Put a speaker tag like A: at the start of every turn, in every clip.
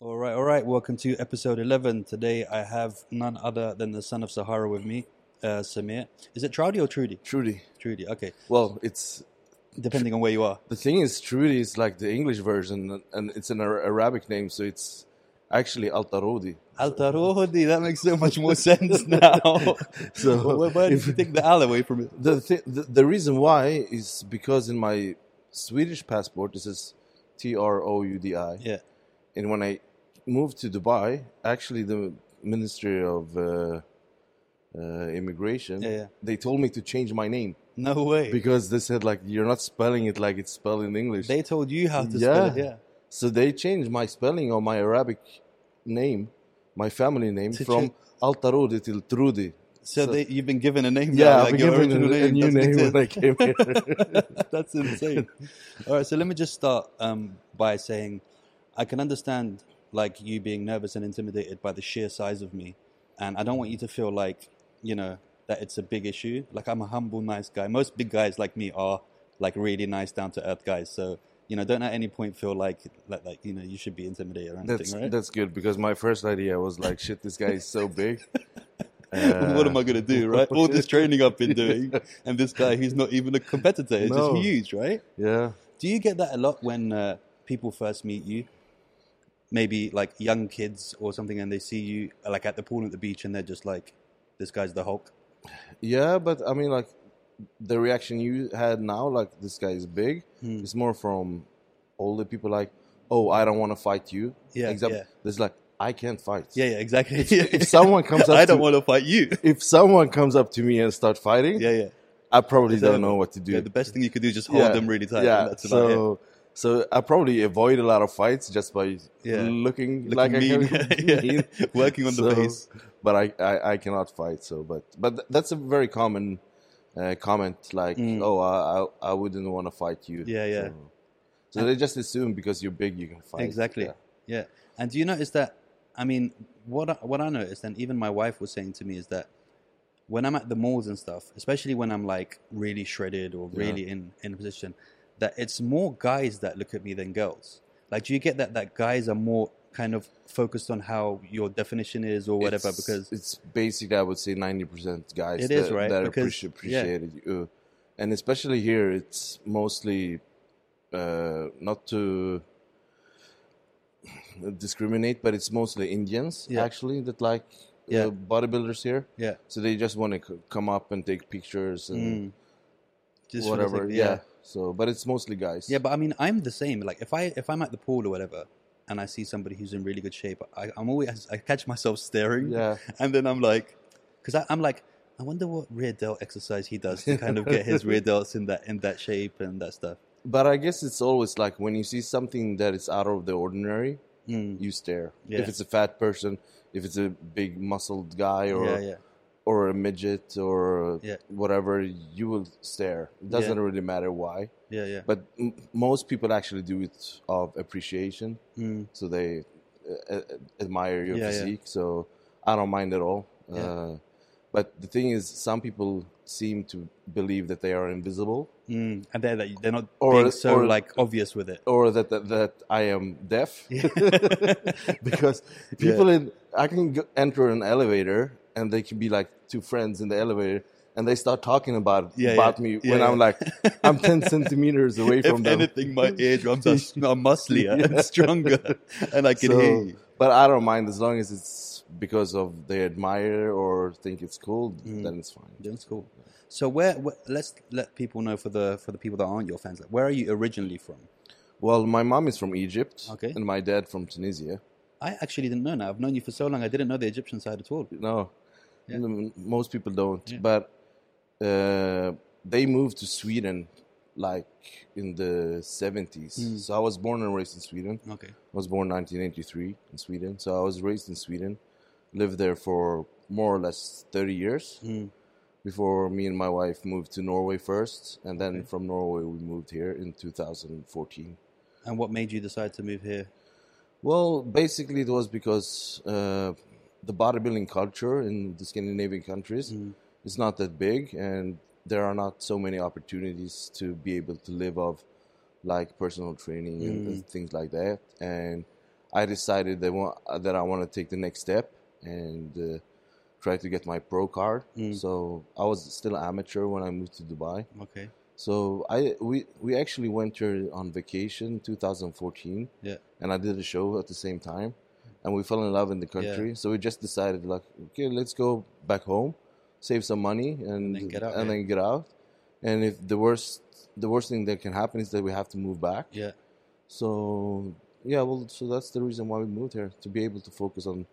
A: All right, all right. Welcome to episode 11. Today I have none other than the son of Sahara with me, uh, Samir. Is it Troudy or Trudy?
B: Trudy.
A: Trudy, okay.
B: Well, it's
A: Depending on where you are.
B: the thing is Trudy is like the English version, and it's an Ar- Arabic name, so it's actually Al Tarudi.
A: Al Tarodi, that makes so much more sense now.
B: So,
A: where, where did
B: if-
A: you take the al away from it?
B: The, th- the the reason why is because in my Swedish passport it says T R O U D I,
A: Yeah.
B: and when I moved to Dubai, actually the Ministry of uh, uh, Immigration,
A: Yeah, yeah.
B: they told me to change my name
A: No way.
B: because they said like you're not spelling it like it's spelled in English.
A: they told you how to spell
B: Yeah.
A: it, yeah.
B: So they changed my spelling or my Arabic name, my family name,
A: To
B: from
A: change-
B: Al Tarudi till Trudi.
A: So,
B: So-
A: they, you've been given a name
B: Yeah,
A: now,
B: I've
A: like
B: been
A: your
B: given
A: original
B: a, a new name
A: That's
B: when I came here.
A: That's insane. All right, so let me just start um, by saying I can understand like you being nervous and intimidated by the sheer size of me, and I don't want you to feel like you know that it's a big issue. Like I'm a humble, nice guy. Most big guys like me are like really nice, down to earth guys. So you know, don't at any point feel like like, like you know you should be intimidated or anything,
B: that's
A: right?
B: that's good because my first idea was like, shit, this guy is so big. Uh,
A: what am I going to do, right? All this training I've been doing, and this guy who's not even a competitor is
B: No.
A: just huge, right?
B: Yeah,
A: Do you get that a lot when uh, people first meet you? Maybe like young kids or something, and they see you uh, like at the pool and at the beach, and they're just like, "This guy's the Hulk."
B: yeah, but I mean, like, the reaction you had now, like, this guy is big.
A: Hmm.
B: It's more from older people, like, oh, I don't want to fight you.
A: Yeah,
B: Except
A: yeah.
B: there's like, I can't fight.
A: Yeah, yeah, exactly.
B: If someone comes up,
A: I don't
B: to,
A: want to fight you.
B: if someone comes up to me and start fighting,
A: yeah, yeah,
B: I probably
A: Exactly.
B: don't know what to do.
A: yeah. The best thing you could do is just hold
B: Yeah,
A: them really tight.
B: yeah,
A: and that's about it.
B: so so I probably avoid a lot of fights just by
A: Yeah.
B: looking,
A: Looking
B: like
A: mean,
B: I can,
A: Yeah. working on the
B: So,
A: base.
B: But I, I I cannot fight. So but but th- that's a very common uh, comment. Like
A: Mm.
B: oh I, I I wouldn't want to fight you.
A: Yeah, yeah.
B: So, so they just assume because you're big you can fight.
A: Exactly.
B: Yeah.
A: Yeah. And do you notice that? I mean, what I, what I noticed, and even my wife was saying to me, is that when I'm at the malls and stuff, especially when I'm like really shredded or
B: Yeah.
A: really in in position, that it's more guys that look at me than girls. Like, do you get that? That guys are more kind of focused on how your definition is or whatever,
B: It's-
A: because
B: it's basically I would say ninety percent guys
A: It
B: that,
A: is, right?
B: that
A: Because-
B: appreci-
A: yeah.
B: appreciate it. Uh, and especially here it's mostly uh, not to discriminate but it's mostly Indians
A: Yeah.
B: actually that like
A: Yeah.
B: uh, bodybuilders here
A: yeah,
B: so they just want to c- come up and take pictures and
A: mm. Just for the
B: whatever
A: sake-
B: yeah. so but it's mostly guys
A: Yeah, but I mean, I'm the same. Like, if I if I'm at the pool or whatever, and I see somebody who's in really good shape, I, I'm always I catch myself staring.
B: yeah
A: and then I'm like, because I'm like, I wonder what rear delt exercise he does to kind of get his rear delts in that in that shape and that stuff.
B: but I guess it's always like when you see something that is out of the ordinary
A: Mm.
B: you stare.
A: Yeah.
B: If it's a fat person, if it's a big muscled guy or
A: Yeah, yeah,
B: or a midget or
A: Yeah.
B: whatever, you will stare. It doesn't really matter why.
A: yeah, yeah.
B: But m- most people actually do it of appreciation,
A: Mm.
B: so they uh, uh, admire your
A: Yeah, yeah.
B: physique. So I don't mind at all.
A: Yeah.
B: Uh, but the thing is, some people seem to believe that they are invisible,
A: Mm. And they're like, they're not
B: Or-
A: being so
B: or-
A: like obvious with it.
B: or that that, that I am deaf. because people in I can go, enter an elevator and they can be like two friends in the elevator and they start talking about
A: Yeah,
B: about
A: yeah.
B: me
A: Yeah,
B: when
A: yeah.
B: I'm like I'm ten centimeters away
A: If
B: from them.
A: anything, my eardrums are, s- are musclier and stronger, and I can
B: So-
A: hear you.
B: But I don't mind as long as it's because of they admire or think it's cool,
A: Mm.
B: then it's fine.
A: That's cool. So where, where let's let people know for the for the people that aren't your fans, like where are you originally from?
B: Well, my mom is from Egypt,
A: Okay.
B: and my dad from Tunisia.
A: I actually didn't know now. I've known you for so long. I didn't know the Egyptian side at all.
B: No,
A: Yeah.
B: n- most people don't.
A: Yeah.
B: But uh, they moved to Sweden like in the 70s.
A: Mm.
B: So I was born and raised in Sweden.
A: Okay.
B: I was born 1983 in Sweden. So I was raised in Sweden, lived there for more or less 30 years
A: Mm.
B: before me and my wife moved to Norway first. And then
A: Okay.
B: from Norway, we moved here in 2014.
A: And what made you decide to move here?
B: Well, basically, it was because uh, the bodybuilding culture in the Scandinavian countries
A: Mm.
B: is not that big, and there are not so many opportunities to be able to live off like personal training and
A: Mm.
B: things like that. And I decided that, wa- that I want to take the next step and uh, try to get my pro card.
A: Mm.
B: So I was still amateur when I moved to Dubai.
A: Okay.
B: So I we we actually went here on vacation 2014.
A: Yeah.
B: And I did a show at the same time, and we fell in love in the country. So we just decided like, okay, let's go back home, save some money, and
A: then get out,
B: and
A: yeah.
B: then get out. And if the worst the worst thing that can happen is that we have to move back.
A: Yeah.
B: So yeah, well, so that's the reason why we moved here to be able to focus on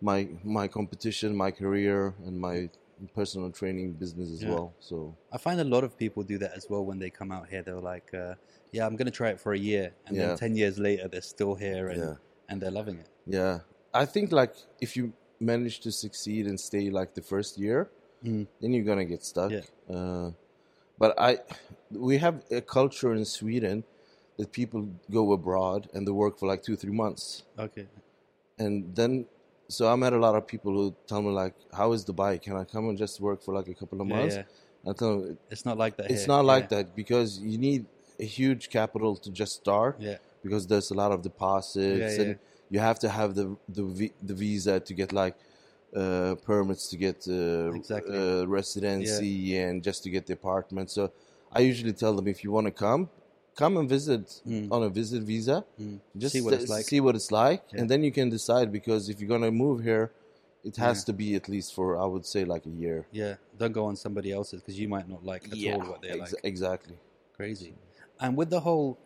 B: my my competition, my career, and my personal training business as
A: Yeah.
B: well. So
A: I find a lot of people do that as well when they come out here. They're like, uh, "Yeah, I'm going to try it for a year," and
B: Yeah.
A: then ten years later, they're still here and
B: Yeah.
A: and they're loving it.
B: Yeah, I think like if you manage to succeed and stay like the first year,
A: Mm.
B: then you're gonna get stuck.
A: Yeah.
B: Uh, but I, we have a culture in Sweden that people go abroad and they work for like two three months,
A: Okay.
B: and then so I met a lot of people who tell me like, "How is Dubai? Can I come and just work for like a couple of
A: Yeah,
B: months?"
A: yeah.
B: I tell them
A: It's not like that.
B: it's
A: here.
B: not like
A: yeah.
B: that because you need a huge capital to just start
A: Yeah.
B: because there's a lot of deposits
A: Yeah,
B: and you have to have the the, vi- the visa to get like uh, permits to get uh,
A: Exactly.
B: uh, residency and just to get the apartment. So I usually tell them if you want to come, come and visit
A: Mm.
B: on a visit visa.
A: Mm.
B: Just
A: See what
B: th-
A: it's like.
B: see what it's like,
A: Yeah.
B: and then you can decide because if you're gonna move here, it has
A: Yeah.
B: to be at least for I would say like a year.
A: Yeah. Don't go on somebody else's because you might not like at all what they're
B: ex-
A: like.
B: exactly.
A: crazy and with the whole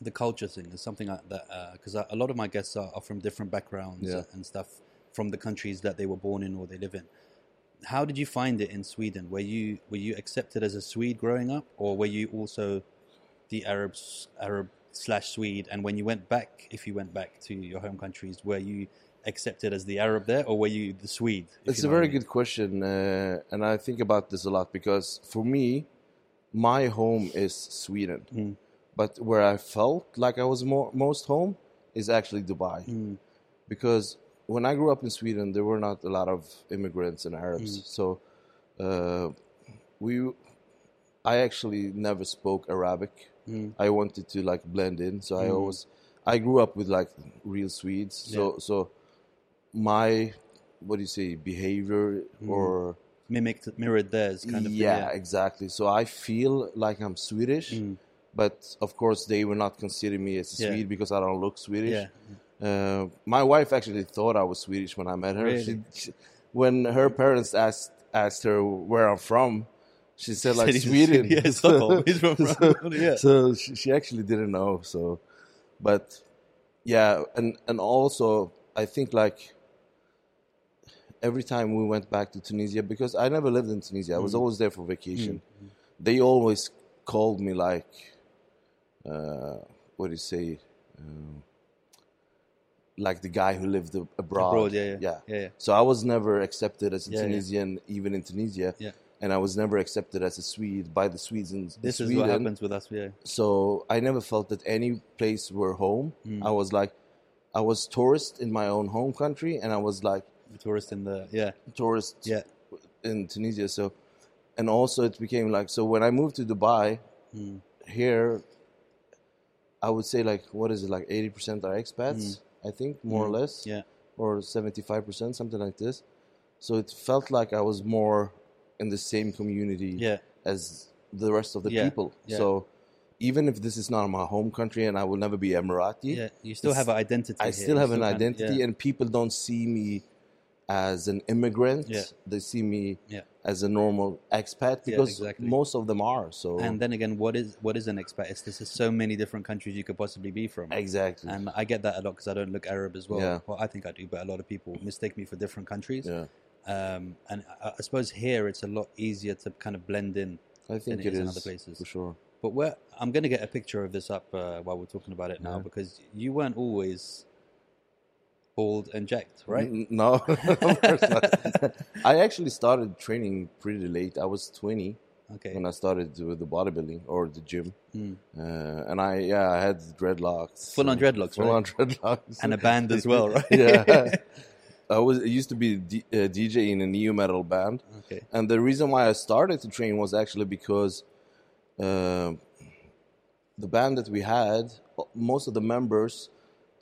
A: the culture thing is something like that because a lot of my guests are, are from different backgrounds
B: Yeah.
A: and stuff from the countries that they were born in or they live in how did you find it in sweden were you were you accepted as a swede growing up or were you also the arabs arab slash swede and when you went back if you went back to your home countries were you accepted as the arab there or were you the swede if
B: It's
A: you
B: a
A: know what I
B: very
A: mean?
B: good question, uh, and I think about this a lot because for me, my home is Sweden,
A: Mm.
B: but where I felt like I was mo most home is actually Dubai
A: Mm,
B: because when I grew up in Sweden, there were not a lot of immigrants and Arabs,
A: Mm.
B: so uh, we. I actually never spoke Arabic.
A: mm,
B: I wanted to like blend in, so I
A: Mm.
B: always I grew up with like real Swedes, so so my what do you say behavior
A: Mm.
B: or
A: mimicked mirrored theirs kind of thing,
B: yeah, exactly. So I feel like I'm Swedish,
A: Mm,
B: but of course they will not consider me as a
A: Yeah.
B: Swede because I don't look Swedish.
A: yeah
B: Uh, my wife actually thought I was Swedish when I met her.
A: Really?
B: She, she, when her parents asked asked her where I'm from, she said like
A: Said he's-
B: Sweden.
A: yeah, Stockholm. He's from
B: so,
A: Stockholm, yeah.
B: so she, she actually didn't know. So, but yeah, and and also I think like every time we went back to Tunisia because I never lived in Tunisia. I was
A: Mm.
B: always there for vacation.
A: Mm-hmm.
B: They always called me like, uh, what do you say? Um, like the guy who lived ab- abroad.
A: Abroad, yeah, yeah.
B: yeah.
A: yeah, yeah.
B: So I was never accepted as a
A: Yeah, yeah.
B: Tunisian, even in Tunisia.
A: Yeah.
B: And I was never accepted as a Swede by the Swedes in
A: This
B: Sweden.
A: is what happens with us, yeah.
B: So I never felt that any place were home.
A: Mm.
B: I was like, I was tourist in my own home country, and I was like
A: The tourist in the yeah,
B: tourist
A: yeah.
B: in Tunisia. So, and also it became like so when I moved to Dubai Hmm.
A: Mm.
B: here, I would say like what is it like eighty percent are expats, I think more or
A: Mm.
B: less,
A: Yeah.
B: or seventy five percent something like this. So it felt like I was more in the same community
A: Yeah.
B: as the rest of the
A: Yeah,
B: people.
A: yeah.
B: So even if this is not my home country and I will never be Emirati,
A: Yeah. You still
B: It's-
A: have an identity.
B: I
A: here.
B: still
A: You
B: have an
A: can-
B: identity,
A: yeah.
B: and people don't see me as an immigrant.
A: Yeah.
B: They see me
A: Yeah.
B: as a normal expat because
A: exactly.
B: most of them are. So
A: And then again, what is what is an expat? It's, this is so many different countries you could possibly be from.
B: exactly,
A: And I get that a lot because I don't look Arab as well.
B: Yeah.
A: Well, I think I do, but a lot of people mistake me for different countries.
B: yeah,
A: Um, and I, I suppose here it's a lot easier to kind of blend in.
B: I think
A: it
B: it
A: is in
B: is
A: other places.
B: for sure.
A: But where I'm going to get a picture of this up uh, while we're talking about it now
B: Yeah.
A: because you weren't always bald and jacked, right?
B: N- No, of course not. I actually started training pretty late. I was twenty
A: Okay.
B: Mm-hmm. when I started with the bodybuilding or the gym,
A: Mm.
B: uh, and I yeah I had dreadlocks,
A: Full on
B: and-
A: dreadlocks,
B: full
A: right?
B: on dreadlocks,
A: And a band as well, right?
B: yeah. I was I used to be D, a DJ in a neo metal band,
A: Okay.
B: and the reason why I started to train was actually because um the band that we had, most of the members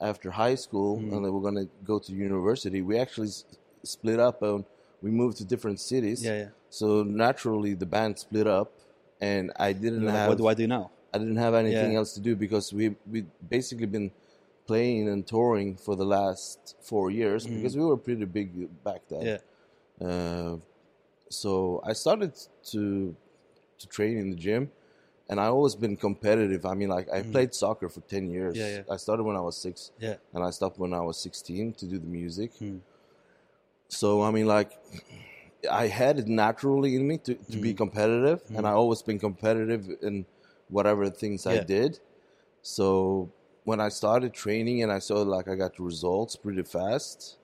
B: after high school,
A: Mm.
B: and they were going to go to university. We actually s- split up and we moved to different cities.
A: Yeah, yeah.
B: So naturally, the band split up, and I didn't
A: And you're like,
B: have
A: what do I do now?
B: I didn't have anything
A: Yeah.
B: else to do because we we basically been playing and touring for the last four years
A: Mm.
B: because we were pretty big back
A: Yeah.
B: then. Uh, so I started to to train in the gym, and I always been competitive. I mean, like I
A: Mm.
B: played soccer for ten years.
A: Yeah, yeah.
B: I started when I was six,
A: Yeah.
B: and I stopped when I was sixteen to do the music.
A: Mm.
B: So I mean, like. I had it naturally in me to, to be
A: Mm-hmm.
B: competitive, and I always been competitive in whatever things I
A: Yeah.
B: did. So when I started training and I saw like I got results pretty fast.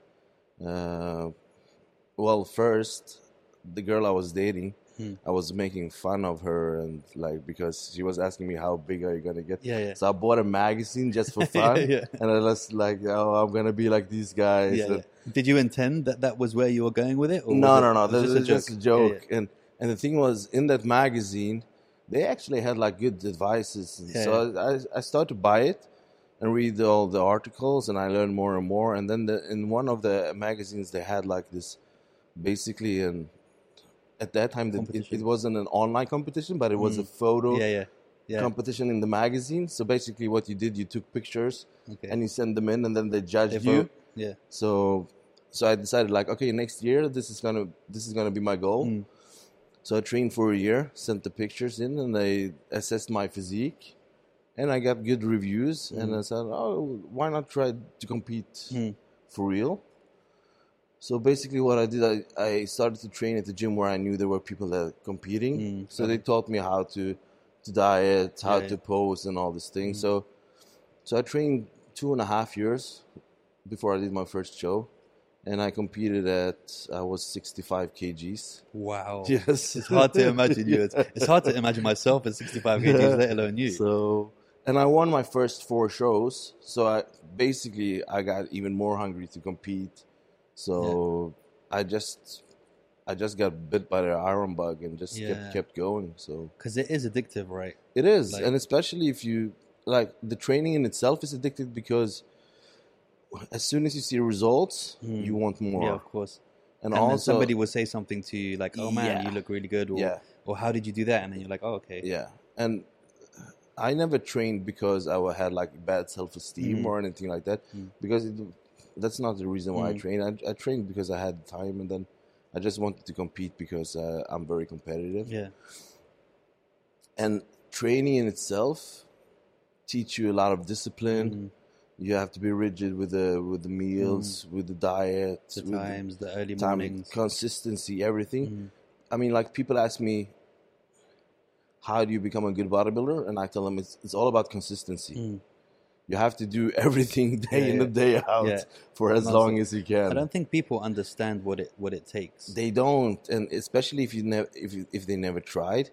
B: Uh, well, first the girl I was dating,
A: Hmm.
B: I was making fun of her and like because she was asking me how big are you gonna get.
A: Yeah, yeah.
B: So I bought a magazine just for fun,
A: Yeah.
B: and I was like, "Oh, I'm gonna be like these guys."
A: yeah,
B: And-
A: yeah. Did you intend that that was where you were going with it? Or
B: no,
A: was
B: no,
A: it-
B: no.
A: it was
B: This is just a joke.
A: Yeah, yeah.
B: And and the thing was, in that magazine, they actually had like good advices. And
A: Yeah,
B: so I, I started to buy it and read all the articles, and I learned more and more. And then the, in one of the magazines, they had like this, basically, and at that time, the, it,
A: Competition.
B: it wasn't an online competition, but it was
A: Mm.
B: a photo
A: Yeah, yeah. Yeah.
B: competition in the magazine. So basically, what you did, you took pictures
A: okay.
B: and you sent them in, and then they judged
A: If I-
B: you.
A: Yeah.
B: So so I decided like okay next year this is gonna this is gonna be my goal.
A: Mm.
B: So I trained for a year, sent the pictures in, and they assessed my physique, and I got good reviews. And I said, oh, why not try to compete
A: Mm-hmm. Mm.
B: for real? So basically, what I did, I, I started to train at the gym where I knew there were people that are competing.
A: Mm,
B: so they taught me how to to diet, how
A: Yeah, Mm-hmm.
B: to pose, and all these things. So so I trained two and a half years before I did my first show, and I competed at I was 65 kgs.
A: Wow.
B: Yes,
A: Oh. It's hard to imagine you. It's, it's hard to imagine myself at 65 kgs,
B: Yeah.
A: let alone you.
B: So and I won my first four shows. So I basically I got even more hungry to compete. So I just I just got bit by the iron bug and just
A: Yeah.
B: kept kept going. So
A: Because it is addictive, right?
B: It is,
A: Like-
B: and especially if you like the training in itself is addictive because as soon as you see results,
A: Mm.
B: you want more,
A: Yeah, of course.
B: and,
A: And,
B: also
A: then somebody will say something to you like, "Oh man,
B: Yeah.
A: you look really good," or,
B: yeah,
A: or "How did you do that?" And then you're like, "Oh, okay."
B: yeah, and I never trained because I had like bad self esteem
A: Mm.
B: or anything like that
A: Mm.
B: because it, that's not the reason why I
A: Mm.
B: trained. I, I trained because I had time, and then I just wanted to compete because uh, I'm very competitive,
A: Yeah.
B: and training in itself teach you a lot of discipline.
A: Mm.
B: you have to be rigid with the with the meals, with the diet,
A: Mm-hmm. The
B: with
A: times, the early
B: the time,
A: mornings.
B: consistency, everything.
A: Mm.
B: I mean, like people ask me, how do you become a good bodybuilder? And I tell them it's it's all about consistency.
A: Mm.
B: You have to do everything day
A: Yeah,
B: in
A: yeah.
B: and day out
A: Yeah.
B: for as
A: Nonstop.
B: long as you can.
A: I don't think people understand what it what it takes.
B: They don't, and especially if you never if you, if they never tried.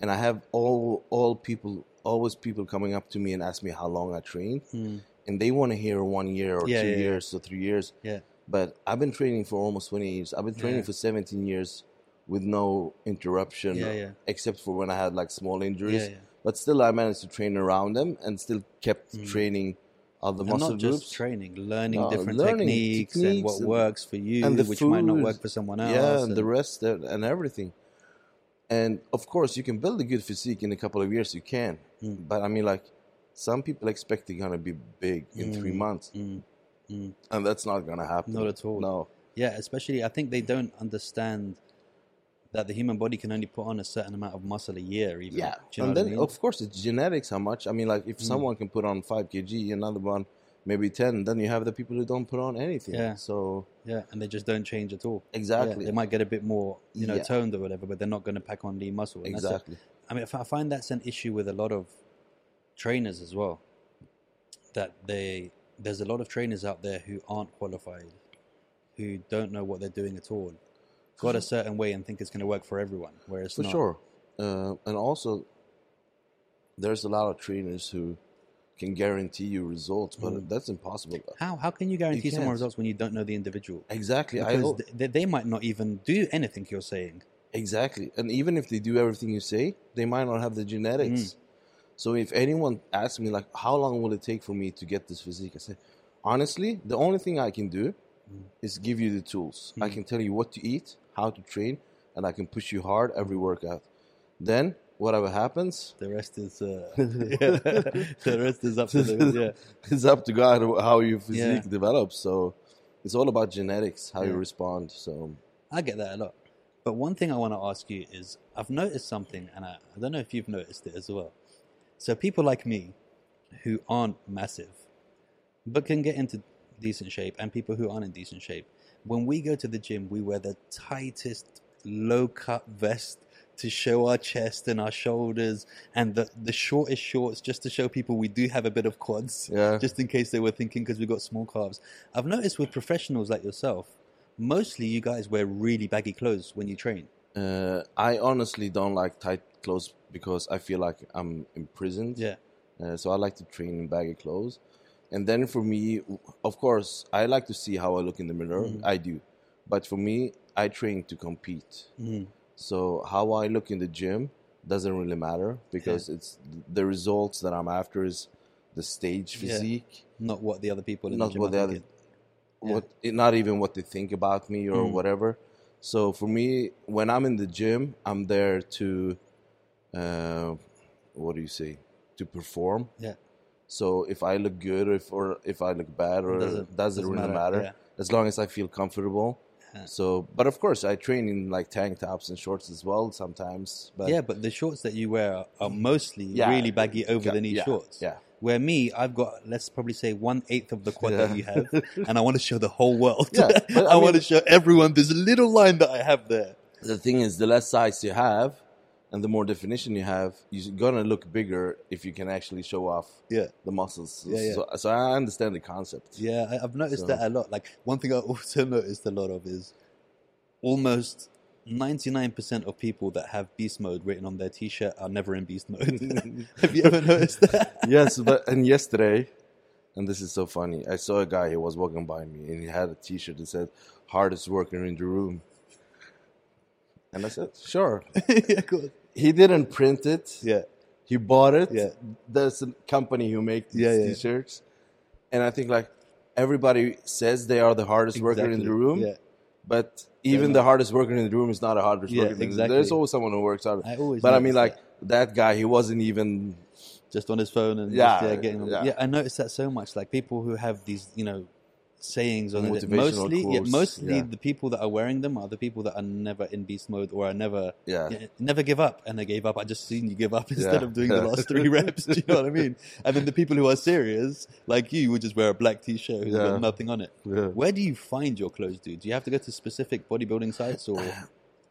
B: And I have all all people always people coming up to me and ask me how long I trained
A: Mm.
B: and they want to hear one year or
A: Yeah,
B: two
A: yeah, yeah.
B: years or three years.
A: Yeah.
B: But I've been training for almost 20 years. I've been training
A: Yeah.
B: for 17 years with no interruption,
A: Yeah, yeah.
B: except for when I had like small injuries.
A: Yeah, yeah.
B: But still, I managed to train around them and still kept training other
A: Mm. And
B: muscle
A: not
B: groups.
A: just training, learning
B: No,
A: different
B: learning
A: techniques, and
B: techniques
A: what
B: and-
A: works for you,
B: and the
A: which might not
B: food.
A: work for someone else.
B: yeah, and, the
A: and-
B: rest and, and everything. And of course, you can build a good physique in a couple of years. You can,
A: hmm,
B: but I mean, like, some people expect they're gonna be big in three months,
A: hmm.
B: and that's not gonna happen.
A: Mm. Not at all.
B: No.
A: Yeah, especially I think they don't understand that the human body can only put on a certain amount of muscle a year. Even.
B: Yeah,
A: Do you know
B: and
A: what
B: then oh
A: I mean? Mm.
B: of course it's genetics. How much? I mean, like if someone can put on five kg, another one maybe ten, then you have the people who don't put on anything.
A: Yeah.
B: So
A: yeah, and they just don't change at all. Yeah,
B: exactly,
A: they might get a bit more, you know,
B: Yeah.
A: toned or whatever, but they're not going to pack on lean muscle. And that's a-
B: exactly.
A: I mean, I fi- I find that's an issue with a lot of trainers as well. That they there's a lot of trainers out there who aren't qualified, who don't know what they're doing at all, got a certain way and think it's going to work for everyone, whereas
B: For sure. Uh, and also, there's a lot of trainers who can guarantee you results, but that's impossible.
A: How how can you guarantee someone
B: can't.
A: results when you don't know the individual?
B: Exactly. I
A: Because
B: al-
A: th- they, they might not even do anything you're saying.
B: exactly. And even if they do everything you say, they might not have the genetics. So if anyone asks me, like, how long will it take for me to get this physique? I say, honestly, the only thing I can do is give you the tools. I can tell you what to eat, how to train, and I can push you hard every workout. Then, whatever happens,
A: The rest is uh, the rest is up to them. Yeah.
B: it's up to God how your physique
A: Yeah.
B: develops. So it's all about genetics, how you
A: Yeah.
B: respond. So
A: I get that a lot. But one thing I want to ask you is I've noticed something, and I, I don't know if you've noticed it as well. So, people like me who aren't massive, but can get into decent shape, and people who aren't in decent shape, when we go to the gym, we wear the tightest low cut vest to show our chest and our shoulders, and the, the shortest shorts just to show people we do have a bit of quads
B: yeah,
A: just in case they were thinking because we got small calves. I've noticed with professionals like yourself, mostly you guys wear really baggy clothes when you train.
B: uh, I honestly don't like tight clothes because I feel like I'm imprisoned. Uh, so I like to train in baggy clothes. And then for me, of course, I like to see how I look in the mirror.
A: Mm-hmm.
B: I do. But for me, I train to compete.
A: Mhm.
B: So how I look in the gym doesn't really matter because it's the results that I'm after is the stage
A: Yeah.
B: physique.
A: Not what the other people in
B: not
A: the gym
B: what
A: are
B: the other
A: thinking. Yeah. Mm.
B: what it- not even what they think about me or whatever so for me when i'm in the gym i'm there to uh, what do you say to perform
A: Yeah.
B: so if i look good or if, or if i look bad or
A: Doesn't-
B: doesn't,
A: doesn't
B: really matter,
A: matter, yeah.
B: as long as i feel comfortable
A: Yeah.
B: so but of course i train in like tank tops and shorts as well sometimes but Mm.
A: yeah, but the shorts that you wear are, are mostly
B: Yeah.
A: really baggy over the knee
B: yeah,
A: shorts.
B: yeah
A: Where me, I've got let's probably say one eighth of the quad that you have, and I want to show the whole world.
B: Yeah, but
A: I,
B: I
A: want to
B: mean-
A: show everyone this little line that I have there.
B: the thing is the less size you have and the more definition you have you're gonna look bigger if you can actually show off
A: Yeah.
B: the muscles
A: Yeah, yeah.
B: So, so i understand the concept
A: Yeah, I, I've noticed
B: So-
A: that a lot. Like one thing I also noticed a lot of is almost ninety nine percent of people that have beast mode written on their t shirt are never in beast mode. have you ever noticed that?
B: yes but and yesterday and this is so funny i saw a guy who was walking by me and he had a t-shirt that said hardest worker in the room and i said sure
A: yeah, of course.
B: he didn't print it
A: yeah,
B: he bought it
A: Yeah.
B: there's a company who make these
A: Yeah, yeah.
B: t-shirts and i think like everybody says they are the hardest worker in
A: exactly.
B: the room
A: Yeah,
B: But even
A: not-
B: the hardest worker in the room is not a hardest
A: Yeah,
B: worker. in the room.
A: exactly.
B: There's always someone who works hard.
A: I always
B: But I mean,
A: notice
B: like that guy, he wasn't even.
A: just on his phone and
B: Yeah,
A: just, yeah, getting on. Yeah.
B: yeah.
A: I noticed that so much. Like people who have these, you know. Sayings on it.
B: Motivational
A: Mostly, yeah,
B: quotes,
A: mostly
B: yeah.
A: the people that are wearing them are the people that are never in beast mode or are never
B: Yeah,
A: Yeah, never give up. And they gave up. I just seen you give up instead
B: Yeah.
A: of doing the
B: Yeah.
A: last three reps. Do you know what I mean? And then the people who are serious, like you, would just wear a black t shirt who's
B: Yeah.
A: got nothing on it.
B: Yeah.
A: Where do you find your clothes, dude? Do you have to go to specific bodybuilding sites or.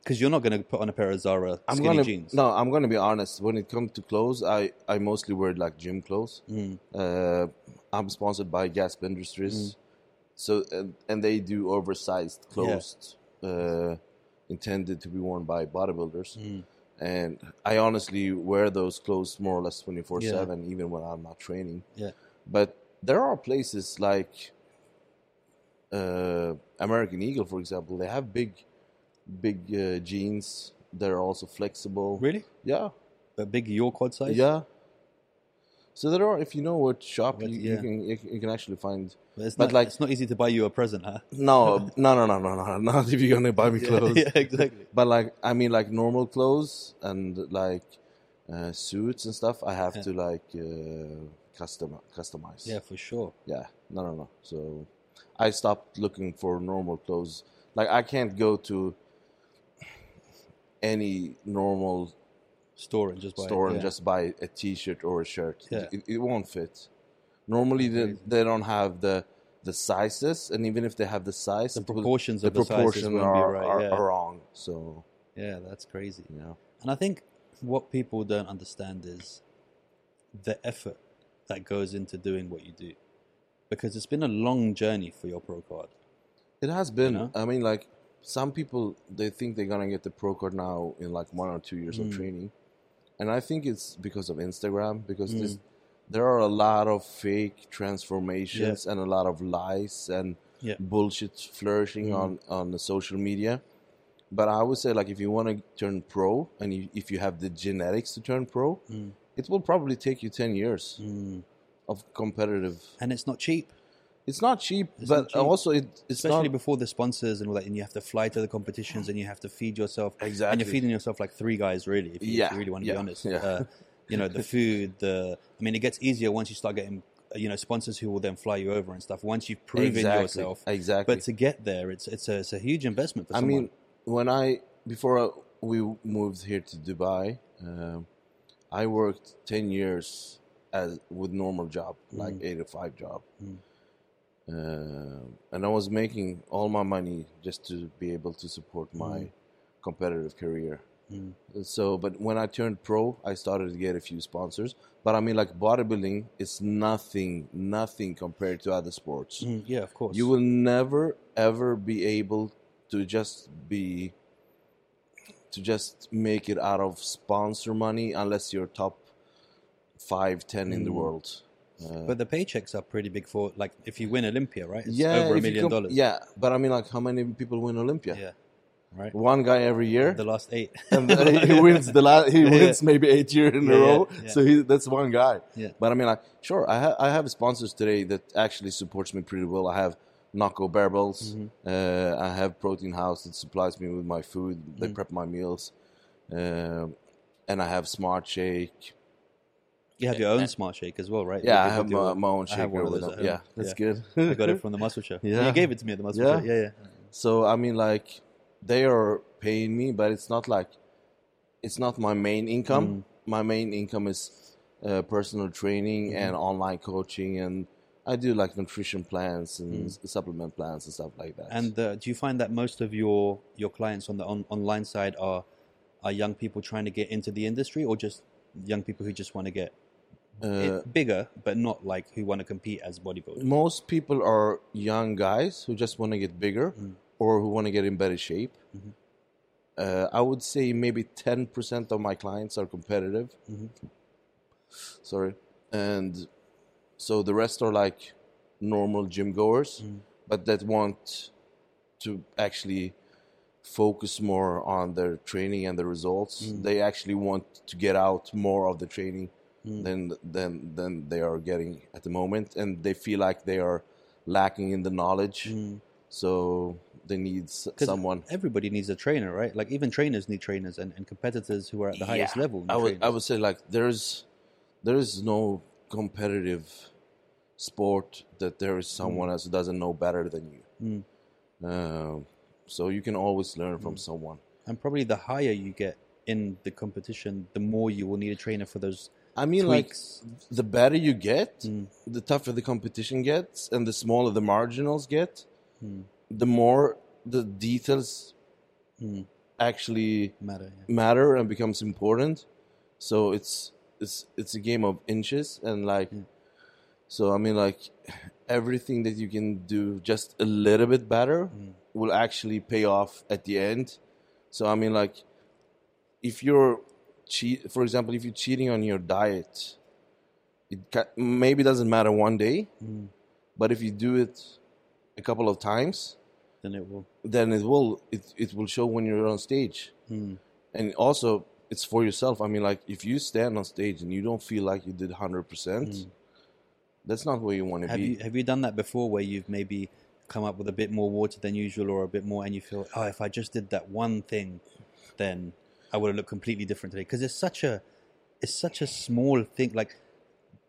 A: Because you're not going to put on a pair of Zara
B: Uh, I'm
A: skinny
B: gonna
A: jeans.
B: no. I'm gonna be honest. When it comes to clothes, I I mostly wear like gym clothes.
A: Mm.
B: Uh, I'm sponsored by Gasp Industries, so and, and they do oversized clothes uh, intended to be worn by bodybuilders.
A: Mm.
B: And I honestly wear those clothes more or less 24 seven, even when I'm not training.
A: Yeah.
B: but there are places like uh, American Eagle, for example. They have big, big uh, jeans. They're also flexible.
A: Really?
B: Yeah,
A: But big your quad size?
B: yeah. So there are, if you know what shop,
A: But,
B: you, you,
A: yeah.
B: can, you, can- you can actually find.
A: But it's
B: But
A: not
B: like-
A: it's not easy to buy you a present, huh?
B: No, no, no, no, no, no. Not if you're gonna buy me clothes.
A: yeah, exactly.
B: But like, I mean, like normal clothes and like uh, suits and stuff. I have
A: Yeah.
B: to like uh, custom customize.
A: Yeah, for sure.
B: Yeah. No, no, no. So I stopped looking for normal clothes. Like I can't go to any normal
A: Store and just buy it,
B: store and
A: yeah.
B: just buy a T-shirt or a shirt.
A: Yeah.
B: It, it won't fit. Normally, they,
A: Crazy.
B: they don't have the the sizes, and even if they have the size,
A: the
B: it will-
A: proportions
B: the
A: of the sizes
B: proportion
A: wouldn't
B: are,
A: be right.
B: are,
A: yeah.
B: are wrong. So
A: yeah, that's crazy.
B: you know,
A: And I think what people don't understand is the effort that goes into doing what you do. Because it's been a long journey for your pro card.
B: it has been.
A: know?
B: I mean, like some people they think they're gonna get the pro card now in like one or two years
A: Mm.
B: of training, and I think it's because of Instagram because this,
A: Mm.
B: there are a lot of fake transformations and a lot of lies and
A: Yeah.
B: bullshit flourishing
A: Mm.
B: on on the social media. But I would say, like, if you want to turn pro, and you, if you have the genetics to turn pro,
A: Mm.
B: it will probably take you ten years
A: Mm.
B: of competitive
A: And it's not cheap,
B: It's not cheap,
A: It's
B: but
A: not cheap.
B: also it, it's
A: especially
B: not
A: before the sponsors and all that. And you have to fly to the competitions and you have to feed yourself.
B: exactly.
A: And you're feeding yourself like three guys, really, if you, if
B: Yeah,
A: you really want to be
B: yeah,
A: honest.
B: yeah.
A: Uh, you know, the food, the. I mean, it gets easier once you start getting, uh, you know, sponsors who will then fly you over and stuff. Once you've proven
B: exactly.
A: yourself.
B: Exactly.
A: But to get there, it's it's a, it's a huge investment for
B: I
A: someone.
B: mean, when I before uh, we moved here to Dubai, um, I worked ten years as with normal job, like eight to five job,
A: Mm.
B: Um, and I was making all my money just to be able to support my competitive career.
A: Mm.
B: So, but when I turned pro, I started to get a few sponsors. But I mean, like bodybuilding is nothing, nothing compared to other sports.
A: Mm, yeah, of course.
B: You will never ever be able to just be to just make it out of sponsor money unless you're top five, ten in the
A: Mm.
B: world. Uh,
A: But the paychecks are pretty big for like if you win Olympia, right? It's
B: yeah,
A: over a
B: if you
A: million
B: com-
A: dollars.
B: Yeah, but I mean, like, how many people win Olympia?
A: yeah, right.
B: One guy every year.
A: The last eight.
B: and then he wins the last. He
A: Yeah.
B: wins maybe eight years in
A: Yeah,
B: a
A: yeah,
B: row.
A: yeah.
B: So he, that's one guy.
A: Yeah.
B: But I mean, like, sure, I ha- I have sponsors today that actually supports me pretty well. I have Nocco Barbells.
A: Mhm.
B: Uh, I have Protein House that supplies me with my food. They
A: Mhm.
B: prep my meals, um, and I have Smart Shake.
A: You have your own smart shake as well, right?
B: Yeah, I
A: You
B: have
A: do
B: my,
A: all-
B: my own
A: I have one
B: shaker
A: of
B: with
A: those
B: them.
A: at
B: Yeah,
A: home.
B: that's
A: I
B: good.
A: got it from the muscle show.
B: Yeah.
A: you gave it to me at the muscle
B: Yeah.
A: show. Yeah, yeah.
B: So I mean, like, they are paying me, but it's not like it's not my main income.
A: Mm.
B: My main income is uh, personal training
A: Mm-hmm.
B: and online coaching, and I do like nutrition plans and s- supplement plans and stuff like that.
A: Mm. And uh, do you find that most of your your clients on the on, online side are are young people trying to get into the industry, or just young people who just want to get
B: uh,
A: it bigger, but not like who want to compete as bodybuilders?
B: most people are young guys who just want to get bigger
A: Mm.
B: or who want to get in better shape.
A: Mhm.
B: Uh, I would say maybe ten percent of my clients are competitive.
A: Mhm.
B: Sorry, and so the rest are like normal gym goers,
A: Mm.
B: but that want to actually focus more on their training and the results.
A: Mm.
B: They actually want to get out more of the training
A: Mm.
B: than than than they are getting at the moment, and they feel like they are lacking in the knowledge.
A: Mm.
B: So they need s-
A: 'Cause
B: someone.
A: Everybody needs a trainer, right? Like even trainers need trainers, and, and competitors who are at the highest
B: Yeah.
A: level. need
B: I would I
A: trainers.
B: would say like there's there is no competitive sport that there is someone else who doesn't know better than you.
A: Mm.
B: Um, so you can always learn from someone.
A: And probably the higher you get in the competition, the more you will need a trainer for those
B: I mean,
A: tweaks.
B: like the better you get,
A: Mm.
B: the tougher the competition gets, and the smaller the marginals get,
A: Mm.
B: the more the details
A: Mm.
B: actually
A: matter. yeah.
B: matter and becomes important. So it's it's it's a game of inches and like
A: Mm.
B: so I mean like everything that you can do just a little bit better
A: Mm.
B: will actually pay off at the end. So I mean like if you're cheat for example if you're cheating on your diet it ca- maybe doesn't matter one day
A: Mm.
B: but if you do it a couple of times
A: Then it will.
B: then it will it, it will show when you're on stage
A: Mm.
B: and also it's for yourself. I mean, like if you stand on stage and you don't feel like you did hundred percent, that's not where you want to
A: Mm. Have
B: be.
A: you have you done that before, where you've maybe come up with a bit more water than usual, or a bit more, and you feel, oh, if I just did that one thing, then I would have looked completely different today. Because it's such a it's such a small thing, like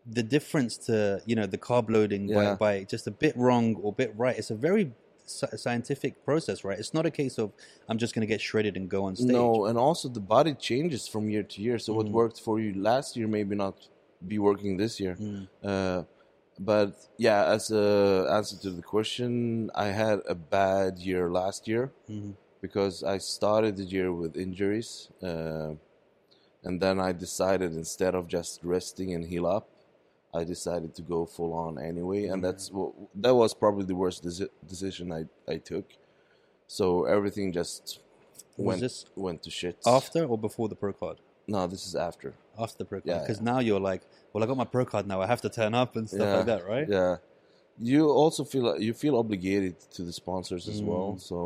A: the difference to you know the carb loading
B: Yeah.
A: by, by just a bit wrong or bit right. It's a very sci- scientific process, right? It's not a case of I'm just going to get shredded and go on stage. Mm-hmm.
B: No, and also the body changes from year to year. So what worked for you last year maybe not be working this year.
A: Mm, Mm-hmm.
B: Uh, but yeah, as a answer to the question, I had a bad year last year
A: mm.
B: because I started the year with injuries, uh, and then I decided instead of just resting and heal up, I decided to go full on anyway, and that's
A: Mm-hmm.
B: wha- that was probably the worst deci- decision I I took. So everything just
A: Was
B: went
A: this
B: went to shit.
A: After or before the pro card?
B: No, this is after.
A: After the pro card,
B: Yeah,
A: because now you're like, well, I got my pro card now. I have to turn up and stuff like that, right?
B: Yeah. You also feel you feel obligated to the sponsors as well. So,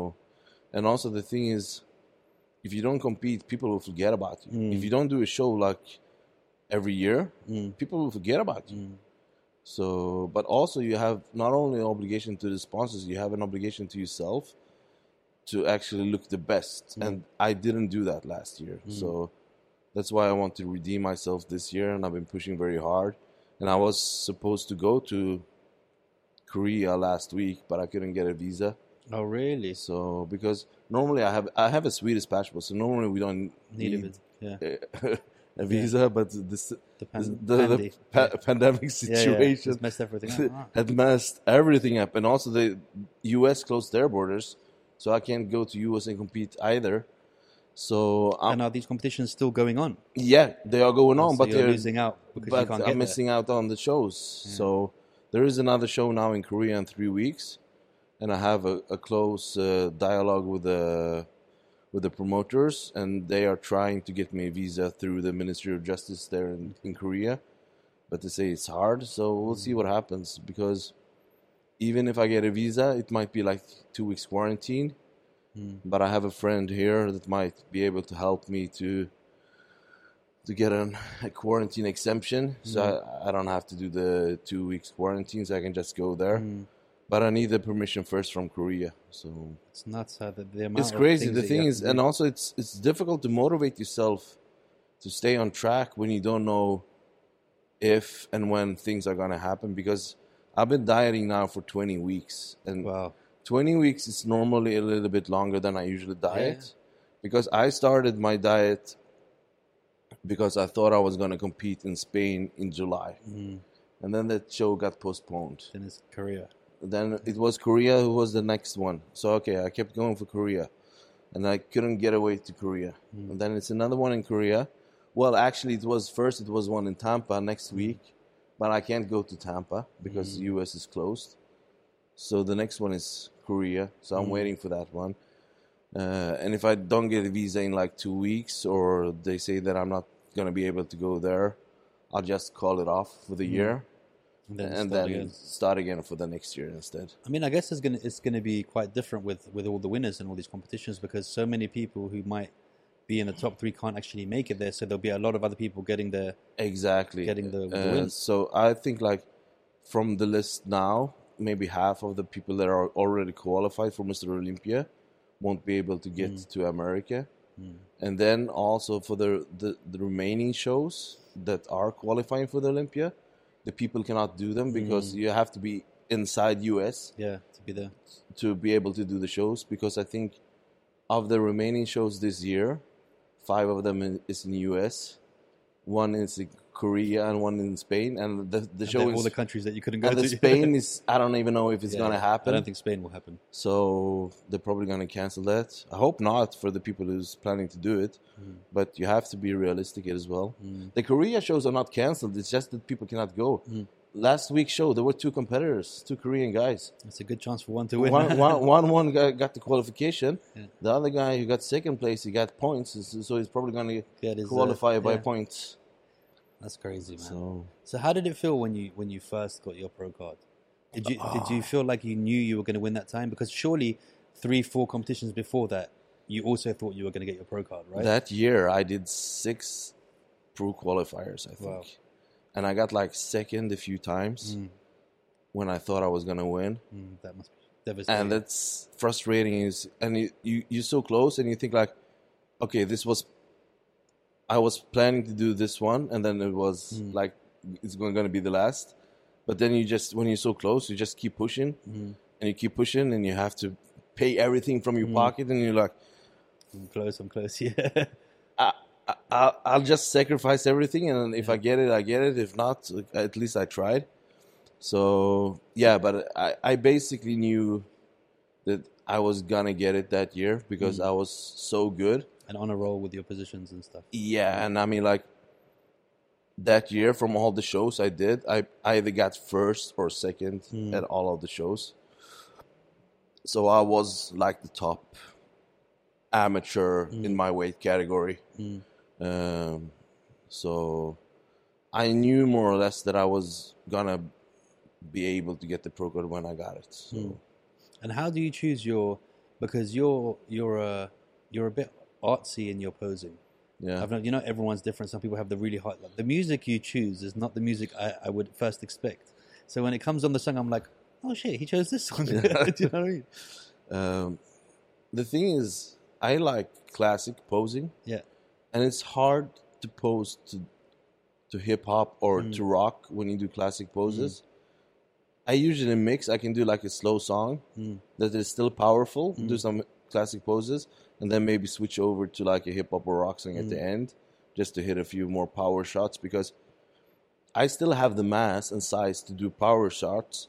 B: and also the thing is, if you don't compete, people will forget about you. If you don't do a show like every year,
A: Mm,
B: people will forget about you. So, but also you have not only an obligation to the sponsors, you have an obligation to yourself to actually look the
A: Mm.
B: best. And I didn't do that last year. So that's why I want to redeem myself this year and I've been pushing very hard. And I was supposed to go to Korea last week, but I couldn't get a visa.
A: Oh, really?
B: So because normally I have I have a Swedish passport, so normally we don't
A: Need of it. Yeah.
B: a, a visa, but this
A: The pan-
B: the, the
A: pandy.
B: pa- pandemic
A: Yeah, yeah,
B: situation
A: Just messed everything up. Ah.
B: had messed everything up, and also the U.S. closed their borders, so I can't go to U.S. and compete either. So
A: and
B: I'm,
A: are these competitions still going on?
B: yeah, they are going on,
A: So
B: but
A: you're
B: they're
A: losing out because you
B: but
A: can't
B: I'm
A: get
B: missing out on the shows. So there is another show now in Korea in three weeks, and I have a, a close uh, dialogue with the with the promoters, and they are trying to get me a visa through the Ministry of Justice there in, in Korea, but they say it's hard. So we'll see what happens because even if I get a visa, it might be like two weeks quarantine. But I have a friend here that might be able to help me to to get an, a quarantine exemption, so I, I don't have to do the two weeks quarantine. So I can just go there.
A: Mm.
B: But I need the permission first from Korea. So
A: there. It's nuts how the, the amount
B: it's
A: of
B: crazy.
A: things
B: The
A: that you
B: thing
A: have
B: is,
A: to
B: and
A: do.
B: also it's it's difficult to motivate yourself to stay on track when you don't know if and when things are gonna happen. Because I've been dieting now for 20 weeks, and
A: wow.
B: 20 weeks is normally a little bit longer than I usually diet
A: yeah.
B: because I started my diet because I thought I was going to compete in Spain in July. And then that show got postponed.
A: In his Mm, career.
B: Then it was Korea who was the next one. So, okay, I kept going for Korea. And I couldn't get away to Korea.
A: Mm,
B: And then it's another one in Korea. Well, actually, it was first, it was one in Tampa next week. But I can't go to Tampa because
A: Mm.
B: the US is closed. So the next one is Korea. So I'm
A: Mm.
B: waiting for that one. Uh, and if I don't get a visa in like two weeks, or they say that I'm not gonna be able to go there, I'll just call it off for the year
A: And Mm. then,
B: and
A: start
B: then
A: again.
B: start again for the next year instead.
A: I mean, I guess it's gonna it's gonna be quite different with with all the winners and all these competitions because so many people who might be in the top three can't actually make it there. So there'll be a lot of other people getting there.
B: Exactly.
A: Getting the- the
B: Uh,
A: win.
B: So I think like from the list now, maybe half of the people that are already qualified for Mr. Olympia won't be able to get
A: Hmm.
B: to America. And then also for the, the, the remaining shows that are qualifying for the Olympia, the people cannot do
A: Hmm.
B: them because you have to be inside US
A: Yeah, to be there.
B: to be able to do the shows because I think of the remaining shows this year, five of them in, is in US, one is in Korea and one in Spain, and the the
A: They're
B: show
A: all
B: is
A: the countries that you couldn't go
B: and
A: to.
B: the Spain is I don't even know if it's
A: Yeah,
B: gonna happen.
A: I don't think Spain will happen.
B: so they're probably gonna cancel that. I hope not for the people who's planning to do it,
A: Mm-hmm.
B: but you have to be realistic as well.
A: Mm,
B: The Korea shows are not canceled; it's just that people cannot go.
A: Mm-hmm.
B: Last week's show, there were two competitors, two Korean guys
A: It's a good chance for one to win.
B: one, one, one, one guy got the qualification.
A: Yeah.
B: The other guy who got second place, he got points, so- so he's probably going
A: Yeah, it
B: to
A: is,
B: qualify
A: uh,
B: by
A: yeah.
B: points.
A: That's crazy, man.
B: So
A: So how did it feel when you when you first got your pro card? Did
B: Ah.
A: you did you feel like you knew you were going to win that time? Because surely three four competitions before that you also thought you were going to get your pro card, right?
B: That year, I did six pro qualifiers, I think.
A: Wow.
B: And I got like second a few times
A: Mm,
B: when I thought I was going to win.
A: mm, that must be devastating.
B: And that's frustrating. Is And you, you, you're so close and you think, like, okay, this was, I was planning to do this one and then it was
A: Mm.
B: like, it's going to be the last. But then you just, when you're so close, you just keep pushing
A: Mm,
B: and you keep pushing and you have to pay everything from your
A: Mm.
B: pocket and you're like,
A: I'm mm, close. I'm close. Yeah.
B: I, I- I'll just sacrifice everything, and if I get it, I get it. If not, at least I tried. So yeah, but I, I basically knew that I was gonna get it that year because
A: Mm.
B: I was so good.
A: and on a roll with your positions and stuff.
B: Yeah, and I mean like that year from all the shows I did, I, I either got first or second
A: Mm.
B: at all of the shows. So I was like the top amateur
A: Mm.
B: in my weight category.
A: Mm.
B: Um, so I knew more or less that I was gonna be able to get the pro card when I got it. So
A: Mm. And how do you choose your? Because you're you're a you're a bit artsy in your posing.
B: yeah,
A: I've not, you know, everyone's different. Some people have the really hot. Like, the music you choose is not the music I, I would first expect. So when it comes on the song, I'm like, oh shit, he chose this song.
B: Yeah.
A: Do you know what I mean?
B: Um, the thing is, I like classic posing.
A: Yeah.
B: And it's hard to pose to to hip hop or
A: Mm.
B: to rock when you do classic poses. I usually mix. I can do like a slow song
A: Mm.
B: that is still powerful,
A: Mm.
B: do some classic poses, and then maybe switch over to like a hip hop or rock song at the
A: Mm.
B: end just to hit a few more power shots because I still have the mass and size to do power shots,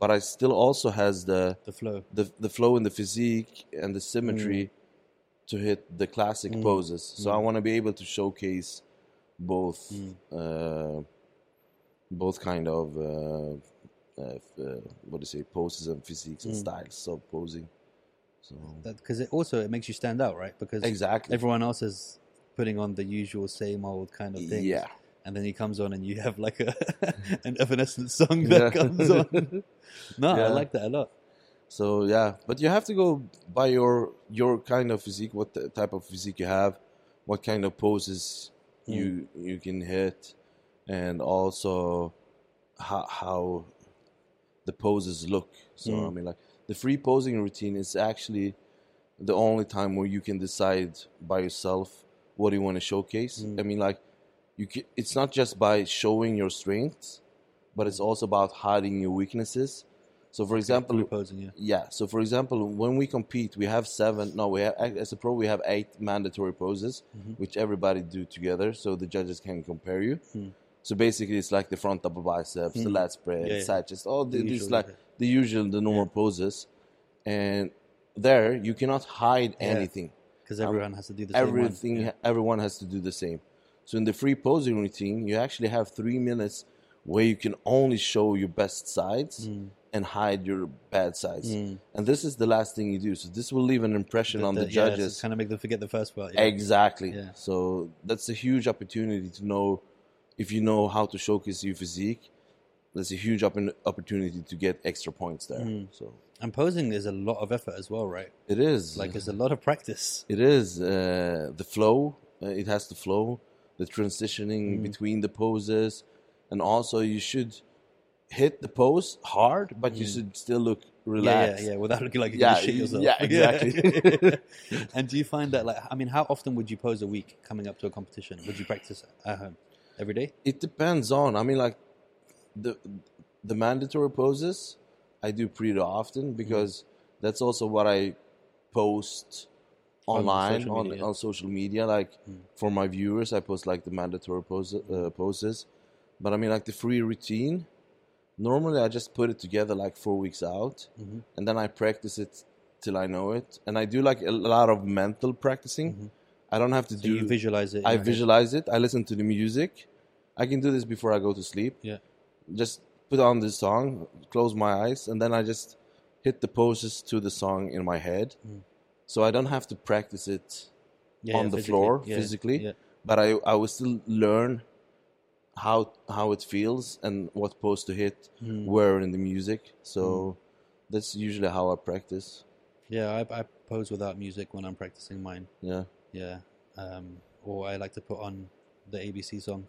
B: but I still also has the
A: The flow.
B: the the flow and the physique and the symmetry to hit the classic
A: Mm.
B: poses. So I
A: Mm.
B: want to be able to showcase both
A: Mm.
B: uh, both kind of uh, uh, f- uh, what do you say poses and physiques and
A: Mm.
B: styles. So posing, so
A: Because it also it makes you stand out, right? Because
B: exactly.
A: everyone else is putting on the usual same old kind of thing.
B: Yeah,
A: And then he comes on and you have like a an evanescent song that
B: Yeah.
A: comes on. no, I
B: Yeah.
A: like that a lot.
B: so yeah, but you have to go by your your kind of physique, what the type of physique you have, what kind of poses
A: Mm.
B: you you can hit, and also how how the poses look. So I
A: Mm.
B: mean, like the free posing routine is actually the only time where you can decide by yourself what you want to showcase.
A: Mm.
B: I mean, like you, ca it's not just by showing your strengths, but it's also about hiding your weaknesses. So, for example,
A: Group posing, yeah.
B: yeah. So, for example, when we compete, we have seven. No, we have as a pro, we have eight mandatory poses,
A: Mhm.
B: which everybody do together, so the judges can compare you.
A: Mm.
B: So basically, it's like the front upper biceps, the
A: Mm.
B: lat spread,
A: Yeah, yeah.
B: side chest, all the,
A: The
B: these
A: usual,
B: like
A: yeah.
B: the usual, the normal poses, and there you cannot hide
A: Yeah.
B: anything.
A: Because
B: Um,
A: everyone has to do the same one.
B: Everything,
A: Yeah.
B: everyone has to do the same. So in the free posing routine, you actually have three minutes where you can only show your best sides
A: Mm.
B: and hide your bad sides.
A: Mm.
B: And this is the last thing you do. So this will leave an impression on the,
A: Yeah,
B: judges.
A: kind of make them forget the first part. Yeah.
B: Exactly.
A: Yeah.
B: So that's a huge opportunity to know if you know how to showcase your physique. That's a huge oppen- opportunity to get extra points there.
A: Mm.
B: So
A: And posing is a lot of effort as well, right?
B: it is
A: Like it's a lot of practice.
B: it is uh, the flow. Uh, it has the flow, the transitioning
A: Mm.
B: between the poses, and also you should hit the pose hard, but you
A: Mm.
B: should still look
A: Yeah, yeah,
B: relaxed.
A: yeah. Without looking like you're
B: Yeah,
A: gonna shit
B: you-
A: yourself.
B: yeah, exactly.
A: and do you find that like I mean, how often would you pose a week coming up to a competition? Would you practice at home every day?
B: It depends on. I mean, like the the mandatory poses I do pretty
A: Mm-hmm.
B: often because that's also what I post
A: On
B: online
A: social
B: on
A: media.
B: on social media. Like
A: Mm.
B: for my viewers, I post like the mandatory pose, uh, poses, but I mean like the free routine. Normally, I just put it together like four weeks out,
A: Mhm.
B: and then I practice it till I know it. And I do like a lot of mental practicing. I don't have to
A: Mm-hmm. So
B: do
A: you visualize it. in
B: I
A: your head.
B: visualize it. I listen to the music. I can do this before I go to sleep.
A: Yeah.
B: Just put on this song, close my eyes, and then I just hit the poses to the song in my head.
A: Mm.
B: So I don't have to practice it,
A: Yeah,
B: on
A: yeah,
B: the
A: physically.
B: floor,
A: Yeah,
B: physically.
A: Yeah.
B: but I I will still learn how how it feels and what pose to hit
A: Mm.
B: where in the music. So that's usually how I practice.
A: Yeah, I, I pose without music when I'm practicing mine.
B: Yeah.
A: Yeah. Um, or I like to put on the ABC song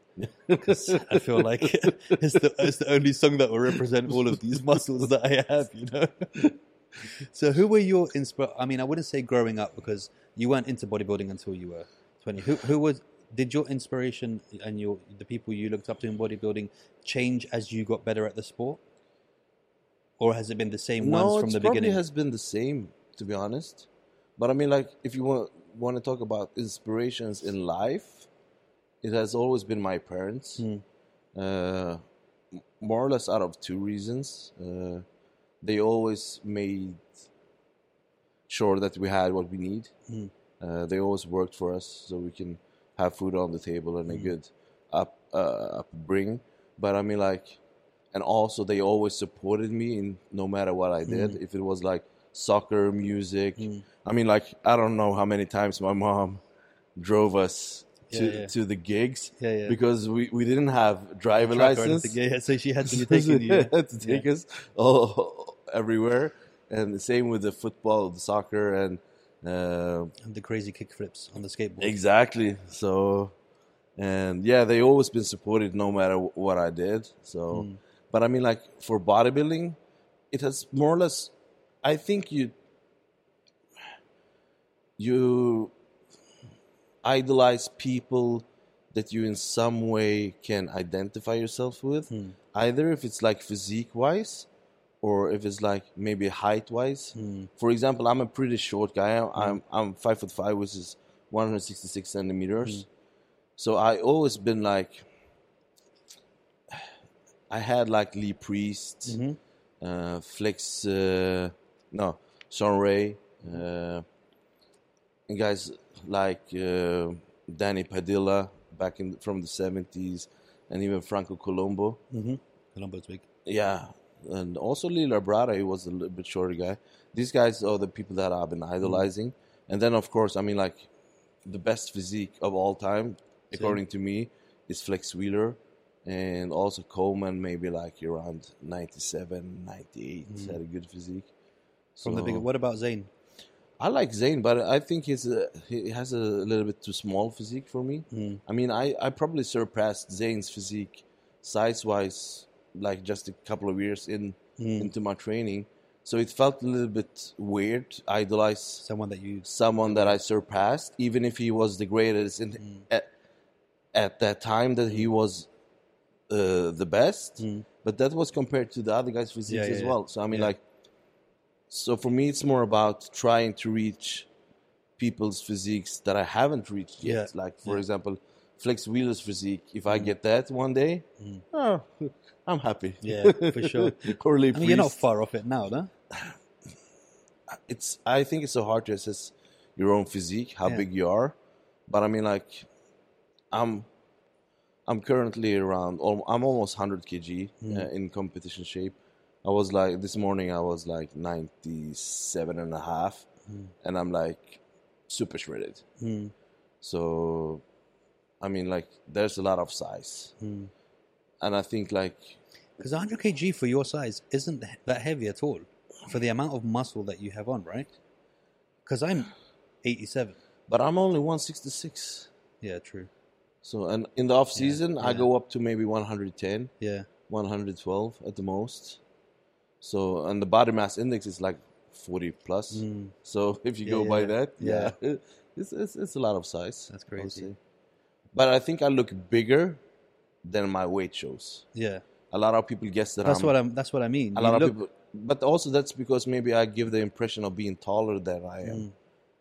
A: because I feel like it's the, it's the only song that will represent all of these muscles that I have, you know? so, who were your inspir? I mean, I wouldn't say growing up because you weren't into bodybuilding until you were 20. Who, who was, did your inspiration and your the people you looked up to in bodybuilding change as you got better at the sport? Or has it been the same
B: no,
A: ones
B: it
A: from the
B: probably
A: beginning?
B: has been the same, to be honest. But I mean, like, if you want want to talk about inspirations in life, it has always been my parents,
A: Hmm.
B: uh, m- more or less out of two reasons. Uh, they always made sure that we had what we need.
A: Hmm.
B: Uh, they always worked for us so we can have food on the table and a
A: Mm.
B: good up uh, upbringing. But I mean, like, and also they always supported me in no matter what I did.
A: Mm.
B: If it was like soccer, music,
A: Hmm.
B: I mean, like, I don't know how many times my mom drove us to
A: Yeah, yeah.
B: to the gigs
A: Yeah, yeah.
B: because we, we didn't have driver
A: Truck or
B: license.
A: anything. Yeah, yeah, so she had to be
B: So
A: taking uh,
B: they
A: you.
B: had to take us all everywhere, and the same with the football, the soccer, and uh,
A: And the crazy kick flips on the skateboard.
B: exactly. So, and yeah, they always been supported no matter wh- what I did. So, but I mean, like for bodybuilding, it has more or less. I think you you idolize people that you in some way can identify yourself with either if it's like physique wise or if it's like maybe height wise for example i'm a pretty short guy i'm i'm, I'm five foot five which is 166 centimeters so i always been like i had like lee priest uh, flex uh, no sean ray uh, and guys like uh, danny padilla back in from the 70s and even franco colombo
A: Mm-hmm. Colombo's big.
B: yeah, and also Lee Labrada, he was a little bit shorter guy. These guys are the people that I've
A: Mm-hmm.
B: been idolizing, and then of course, I mean, like the best physique of all time, according to me, is Flex Wheeler, and also Coleman, maybe like around 97, 98, had a good physique.
A: Mm-hmm. From the big.
B: So-
A: What about Zayn?
B: I like Zayn, but I think he's a, he has a little bit too small physique for me.
A: Mm,
B: I mean, I, I probably surpassed Zayn's physique size wise, like just a couple of years in
A: mm.
B: into my training. So it felt a little bit weird to idolize
A: Someone that you.
B: someone that I surpassed, even if he was the greatest in,
A: Mm-hmm.
B: at, at that time that he was uh, the best. But that was compared to the other guys' physiques
A: Mm-hmm. Yeah, yeah,
B: as
A: yeah.
B: well. So I mean,
A: Yeah.
B: like, so for me, it's more about trying to reach people's physiques that I haven't reached yet.
A: Yeah. Mm-hmm.
B: Like, for example, Flex Wheeler's physique. If I get that one day, oh, I'm happy.
A: Yeah, for sure.
B: or Lee
A: I mean, you're not
B: Priest
A: far off it now, no?
B: it's I think it's so hard to assess your own physique, how
A: Yeah.
B: big you are. But I mean, like, I'm I'm currently around. al- I'm almost 100 kg
A: Hmm.
B: uh, in competition shape. I was like this morning. I was like 97 and a half,
A: Hmm.
B: and I'm like super shredded.
A: Mm,
B: So, I mean, like, there's a lot of size,
A: mm.
B: and I think like
A: Because 100 kg for your size isn't he- that heavy at all for the amount of muscle that you have on, right? Because I'm 87.
B: but I'm only 166.
A: Yeah, true.
B: So, and in the off season, I
A: yeah.
B: go up to maybe 110.
A: Yeah.
B: 112 at the most. So, and the body mass index is like 40 plus. So, if you
A: Mm. Yeah,
B: go
A: yeah,
B: by
A: yeah.
B: that, yeah, it's, it's it's a lot of size.
A: That's
B: I would
A: crazy.
B: say. But I think I look bigger than my weight shows.
A: Yeah.
B: A lot of people guess that
A: That's
B: I'm
A: what I'm. That's what I mean.
B: a
A: You
B: lot of
A: look-
B: people but also that's because maybe i give the impression of being taller than i
A: Mm.
B: am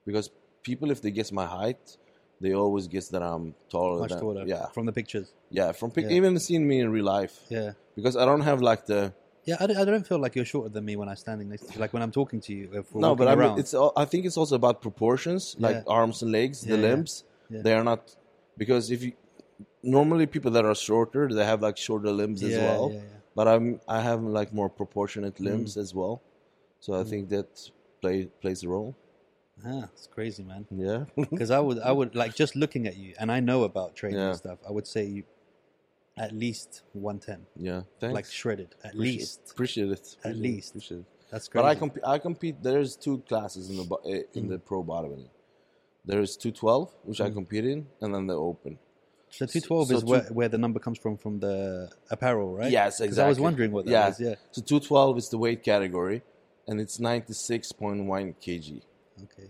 B: because people if they guess my height they always guess that i'm taller
A: much
B: than
A: taller.
B: yeah
A: From the pictures.
B: yeah from pic-
A: Yeah.
B: even seeing me in real life
A: Yeah.
B: because i don't have like the
A: Yeah, I don't, I don't feel like you're shorter than me when I'm standing next to you. Like when I'm talking to you. If we're
B: no
A: walking
B: but i mean
A: around.
B: it's all, i think it's also about proportions like
A: Yeah.
B: arms and legs the
A: Yeah, yeah.
B: limbs
A: Yeah.
B: they are not because if you normally people that are shorter they have like shorter limbs as
A: Yeah,
B: well
A: yeah, Mm-hmm. yeah.
B: but i'm i have like more proportionate limbs as well so
A: Mm-hmm.
B: i think that play, plays a role
A: Ah, it's crazy, man.
B: yeah
A: Because I would, I would like just looking at you, and I know about training and
B: Yeah.
A: stuff. I would say you, at least one ten,
B: yeah thanks
A: like shredded, at
B: Appreciate-
A: least.
B: appreciate it
A: At
B: Appreciate it.
A: least.
B: appreciate it.
A: That's
B: But I
A: crazy. Mm.
B: comp- I compete. There's two classes in the bo- eh, in the pro bodybuilding. There's 212, which I compete in, and then the open.
A: So 212
B: so
A: is
B: two-
A: where, where the number comes from from the apparel, right?
B: Yes,
A: 'Cause
B: exactly.
A: I was wondering what that
B: Yeah.
A: was. Yeah.
B: So 212 is the weight category, and it's 96.1 kg.
A: Okay.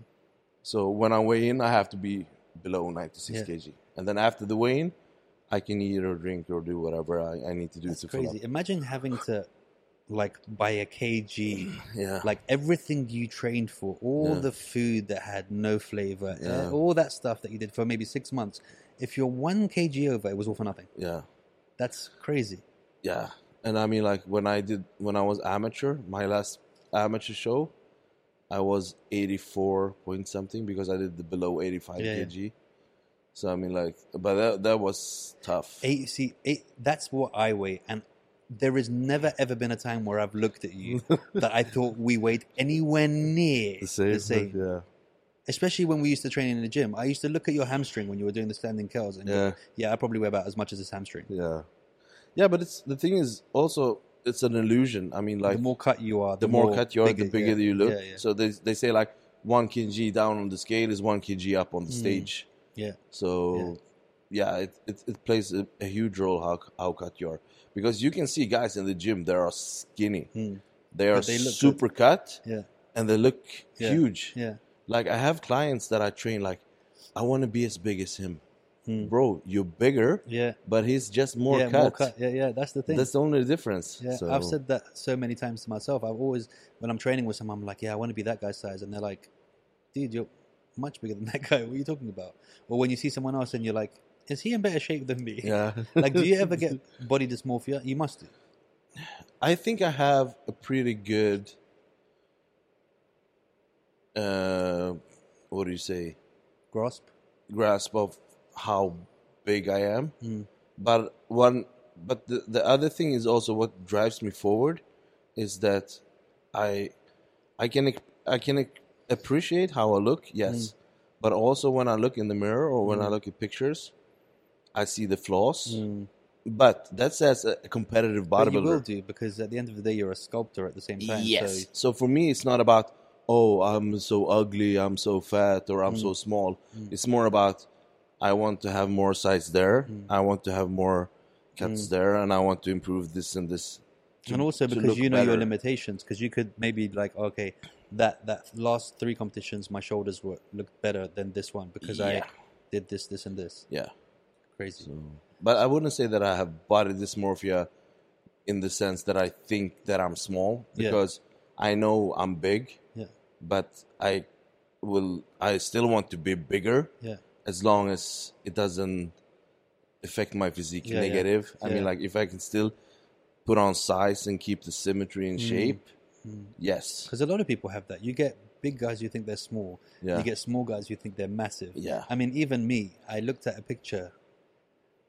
B: So when I weigh in, I have to be below 96
A: Yeah.
B: kg, and then after the weigh in, I can eat or drink or do whatever I, I need to do
A: That's
B: to fill up.
A: crazy. Imagine having to like buy a kg,
B: Yeah,
A: like everything you trained for, all
B: Yeah.
A: the food that had no flavor, uh,
B: Yeah.
A: all that stuff that you did for maybe six months. If you're one kg over, it was all for nothing.
B: yeah,
A: That's crazy.
B: yeah. And I mean, like when I did when I was amateur, my last amateur show, I was 84 point something because I did the below 85
A: Yeah, yeah.
B: kg. So I mean, like, but that that was tough.
A: Eight, see, eight, that's what I weigh, and there has never ever been a time where I've looked at you that I thought we weighed anywhere near
B: the same, yeah,
A: Especially when we used to train in the gym, I used to look at your hamstring when you were doing the standing curls, and
B: yeah.
A: yeah, I probably weigh about as much as this hamstring.
B: Yeah, yeah, but it's the thing is also it's an illusion. I mean, like
A: the more cut you are,
B: the more cut you are, the bigger
A: yeah.
B: you look.
A: Yeah, yeah.
B: So they they say like one kg down on the scale is one kg up on the
A: Mm.
B: stage.
A: Yeah.
B: So yeah, it, it it plays a, a huge role how how cut you are because you can see guys in the gym they are skinny,
A: Mm.
B: they are
A: But they look
B: super cut,
A: Yeah.
B: and they look
A: Yeah.
B: huge.
A: yeah,
B: Like I have clients that I train like I want to be as big as him,
A: Mm.
B: bro. You're bigger,
A: yeah,
B: but he's just more
A: yeah,
B: cut.
A: more cut. Yeah, yeah, that's the thing.
B: That's the only difference.
A: yeah,
B: So-
A: I've said that so many times to myself. I've always, when I'm training with someone, I'm like, yeah, I want to be that guy's size, and they're like, dude, you're much bigger than that guy. What are you talking about? Or when you see someone else and you're like, is he in better shape than me?
B: Yeah.
A: like, do you ever get body dysmorphia? You must do.
B: I think I have a pretty good. Uh, what do you say?
A: Grasp.
B: Grasp of how big I am.
A: Mm.
B: But one, but the, the other thing is also what drives me forward, is that I, I can I can appreciate how I look. Yes,
A: Hmm.
B: but also when I look in the mirror or when I look at pictures, I see the flaws. But that says a competitive
A: Hmm. But you
B: bodybuilder.
A: will do because at the end of the day, you're a sculptor at the same time.
B: Yes. So, for me, it's not about oh I'm so ugly, I'm so fat, or I'm
A: Mm.
B: so small. It's more about I want to have more size there.
A: Mm.
B: I want to have more cuts there, and I want to improve this and this. to-
A: and also
B: to
A: because
B: look
A: you know your
B: better.
A: limitations because you could maybe like okay that that last three competitions my shoulders were looked better than this one because i
B: Yeah.
A: did this this and this
B: Yeah.
A: crazy
B: So, but I wouldn't say that I have body dysmorphia in the sense that I think that I'm small
A: Yeah.
B: because I know I'm big.
A: Yeah.
B: But I will. I still want to be bigger.
A: yeah
B: as long as it doesn't affect my physique
A: Yeah, yeah.
B: negative. I
A: Yeah.
B: mean, like if I can still put on size and keep the symmetry
A: Mm.
B: and shape,
A: Hmm.
B: yes,
A: because a lot of people have that you get big guys you think they're small
B: yeah,
A: you get small guys you think they're massive
B: yeah,
A: i mean even me i looked at a picture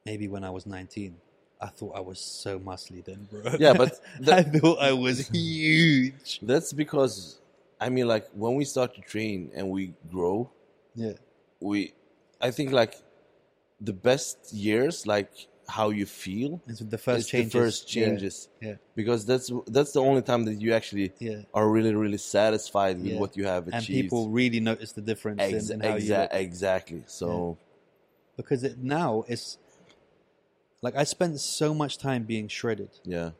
A: maybe when i was 19 i thought i was so muscly then bro
B: yeah. But
A: i
B: that,
A: thought i was huge
B: that's because I mean, like when we start to train and we grow,
A: yeah
B: we, I think like the best years, like how you feel,
A: it's the first
B: is
A: changes
B: the first
A: Yeah,
B: changes.
A: yeah.
B: Because that's that's the only time that you actually
A: yeah.
B: are really really satisfied with
A: Yeah.
B: what you have achieved.
A: and people really notice the difference
B: Ex-
A: in, in how you
B: exa-
A: look.
B: exactly. So
A: because it, now it's like I spent so much time being shredded
B: yeah.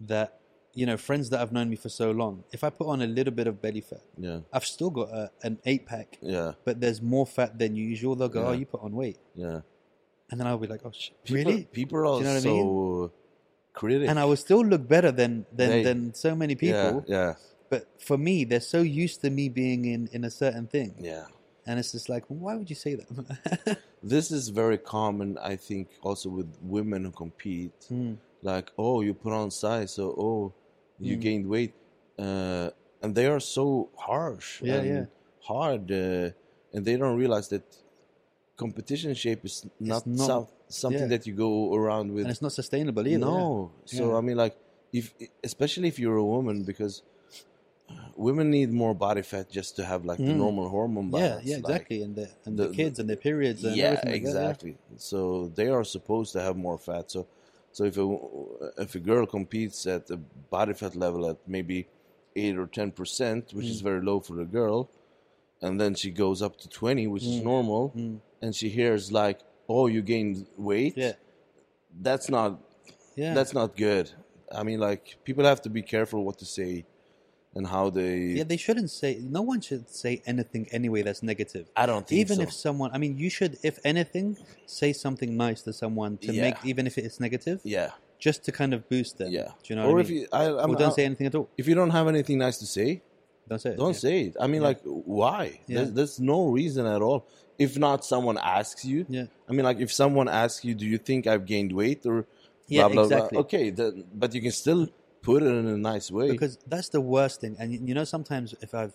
A: that you know friends that have known me for so long. If I put on a little bit of belly fat,
B: yeah,
A: I've still got a, an eight pack,
B: yeah,
A: but there's more fat than usual. They'll go, "Oh,
B: Yeah.
A: you put on weight,"
B: yeah.
A: and then I'll be like, "Oh, sh-
B: People,
A: really?"
B: People are
A: Do you know what I
B: so critical.
A: And I will still look better than than,
B: They-
A: than so many people.
B: Yeah,
A: But for me, they're so used to me being in in a certain thing,
B: yeah, yeah.
A: and it's just like, why would you say that?
B: This is very common, I think, also with women who compete.
A: Hmm.
B: Like, oh, you put on size, so oh, you
A: Mm.
B: gained weight, uh, and they are so harsh
A: Yeah,
B: and
A: yeah.
B: hard, uh, and they don't realize that competition shape is not,
A: not-
B: some, something
A: yeah.
B: that you go around with
A: and it's not sustainable either. yeah.
B: No. So
A: Yeah.
B: I mean, like, if especially if you're a woman, because uh, women need more body fat just to have like the
A: Mm.
B: normal hormone
A: yeah,
B: balance.
A: yeah,
B: like-
A: exactly. and the and the,
B: the-
A: kids and their periods and
B: yeah,
A: everything. like that,
B: exactly. So they are supposed to have more fat. So, so if a if a girl competes at a body fat level at maybe eight or ten percent, which
A: Mm.
B: is very low for a girl, and then she goes up to twenty, which
A: Mm.
B: is normal, and she hears like, "Oh, you gained weight."
A: Yeah.
B: That's not
A: Yeah.
B: that's not good. I mean, like people have to be careful what to say and how they.
A: yeah, they shouldn't say. No one should say anything anyway that's negative.
B: I don't think
A: Even
B: so.
A: if someone, I mean, you should, if anything, say something nice to someone to
B: Yeah.
A: make, even if it's negative,
B: yeah,
A: just to kind of boost them.
B: yeah.
A: Do you know?
B: or
A: what
B: if
A: I mean?
B: you, I, I'm,
A: Or don't
B: I-
A: say anything at all.
B: if you don't have anything nice to say,
A: Don't say it.
B: don't
A: yeah.
B: say it. I mean,
A: Yeah.
B: like why?
A: Yeah.
B: There's, there's no reason at all. If not, someone asks you.
A: Yeah.
B: I mean, like if someone asks you, "Do you think I've gained weight?" or
A: Yeah,
B: blah blah
A: exactly.
B: blah. Okay, then, but you can still put it in a nice way.
A: because that's the worst thing and y- you know sometimes if i've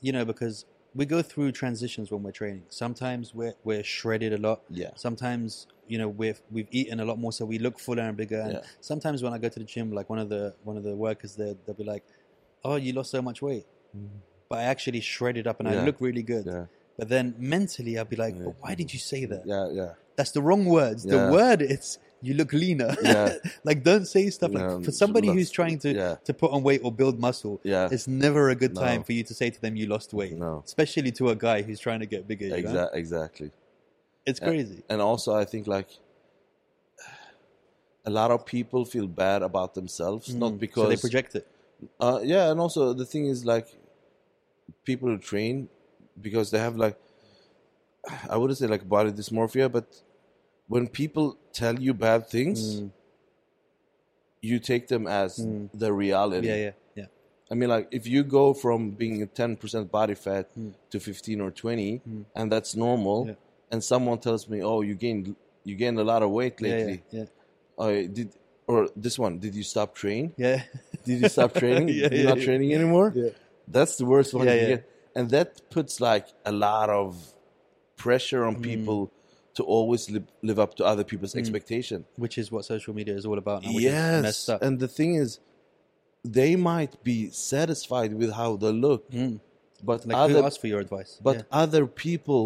A: you know because we go through transitions when we're training sometimes we're, we're shredded a lot
B: yeah,
A: sometimes you know we've we've eaten a lot more so we look fuller and bigger and
B: Yeah.
A: sometimes when i go to the gym like one of the one of the workers there they'll be like oh you lost so much weight but i actually shredded up and i
B: Mm-hmm. Yeah.
A: look really good
B: yeah,
A: but then mentally i'll be like
B: Yeah.
A: but why did you say that
B: yeah, yeah.
A: that's the wrong words
B: Yeah.
A: the word it's you look leaner
B: Yeah.
A: like don't say stuff like
B: No,
A: for somebody
B: lots-
A: who's trying to
B: yeah.
A: to put on weight or build muscle
B: Yeah.
A: it's never a good
B: No.
A: time for you to say to them you lost weight
B: No.
A: especially to a guy who's trying to get bigger you know?
B: Exa- exactly.
A: it's crazy
B: and also I think like a lot of people feel bad about themselves,
A: Mm.
B: not because
A: so they project it
B: Uh, yeah, and also the thing is like people who train because they have like I wouldn't say like body dysmorphia, but when people tell you bad things,
A: Mm.
B: you take them as the reality.
A: yeah yeah yeah
B: I mean, like if you go from being a ten percent body fat to fifteen or twenty, and that's normal,
A: Mm. Yeah.
B: and someone tells me, "Oh, you gained you gained a lot of weight
A: yeah yeah
B: lately,"
A: yeah
B: I did, or this one, did you stop training?
A: yeah
B: Did you stop training?
A: Yeah,
B: You're
A: yeah,
B: not
A: yeah.
B: training anymore.
A: Yeah.
B: That's the worst one
A: Yeah,
B: you
A: yeah.
B: get, and that puts like a lot of pressure
A: Mm.
B: on people to always li- live up to other people's expectation.
A: which is what social media is all about now, which is
B: Yes,
A: messed up
B: and the thing is, they might be satisfied with how they look, but
A: Mm. like who
B: other
A: asked for your advice
B: but other people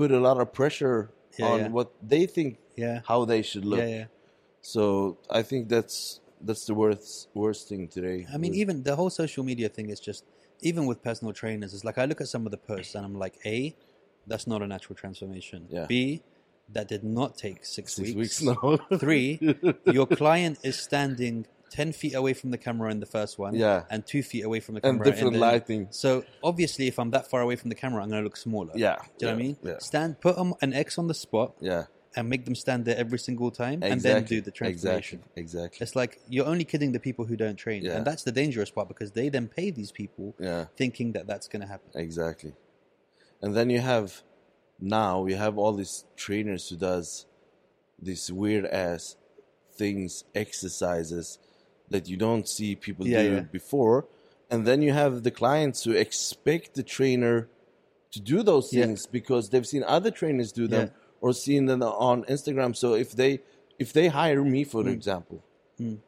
B: put a lot of pressure
A: Yeah,
B: on
A: yeah.
B: what they think
A: yeah
B: how they should
A: yeah
B: look.
A: yeah, yeah.
B: So I think that's that's the worst worst thing today.
A: I mean, even the whole social media thing is just, even with personal trainers, it's like I look at some of the posts and I'm like, A, that's not a natural transformation.
B: Yeah.
A: B, that did not take six,
B: six
A: weeks.
B: weeks, now.
A: Three, your client is standing 10 feet away from the camera in the first one
B: Yeah.
A: and two feet away from the camera.
B: and different
A: in the-
B: lighting.
A: So obviously, if I'm that far away from the camera, I'm going to look smaller.
B: Yeah,
A: Do you know what I
B: yeah,
A: mean?
B: yeah.
A: Stand, put 'em an X on the spot
B: Yeah,
A: and make them stand there every single time and
B: exactly.
A: then do the transformation.
B: Exactly, exactly.
A: It's like you're only kidding the people who don't train,
B: Yeah.
A: and that's the dangerous part because they then pay these people,
B: Yeah.
A: thinking that that's going to happen.
B: Exactly. And then you have now you have all these trainers who does these weird ass things, exercises that you don't see people
A: Yeah,
B: do
A: yeah.
B: before. And then you have the clients who expect the trainer to do those
A: Yeah.
B: things because they've seen other trainers do them
A: Yeah.
B: or seen them on Instagram. So if they if they hire me for example,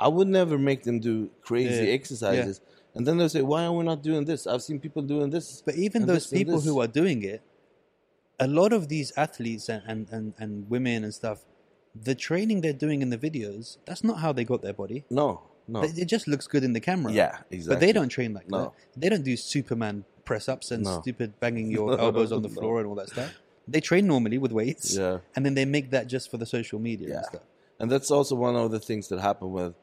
B: I would never make them do crazy
A: Mm. Yeah, yeah.
B: exercises. And then they'll say, Why are we not doing this? I've seen people doing this.
A: But even
B: And
A: those
B: this and
A: people
B: this.
A: who are doing it, a lot of these athletes and, and, and, and women and stuff, the training they're doing in the videos, that's not how they got their body.
B: No, no.
A: It, it just looks good in the camera.
B: Yeah,
A: But they
B: exactly.
A: don't train like
B: No.
A: that. They don't do Superman press ups and
B: No.
A: stupid banging your elbows on the
B: No.
A: floor and all that stuff. They train normally with weights.
B: Yeah.
A: And then they make that just for the social media
B: Yeah.
A: and stuff.
B: And that's also one of the things that happened with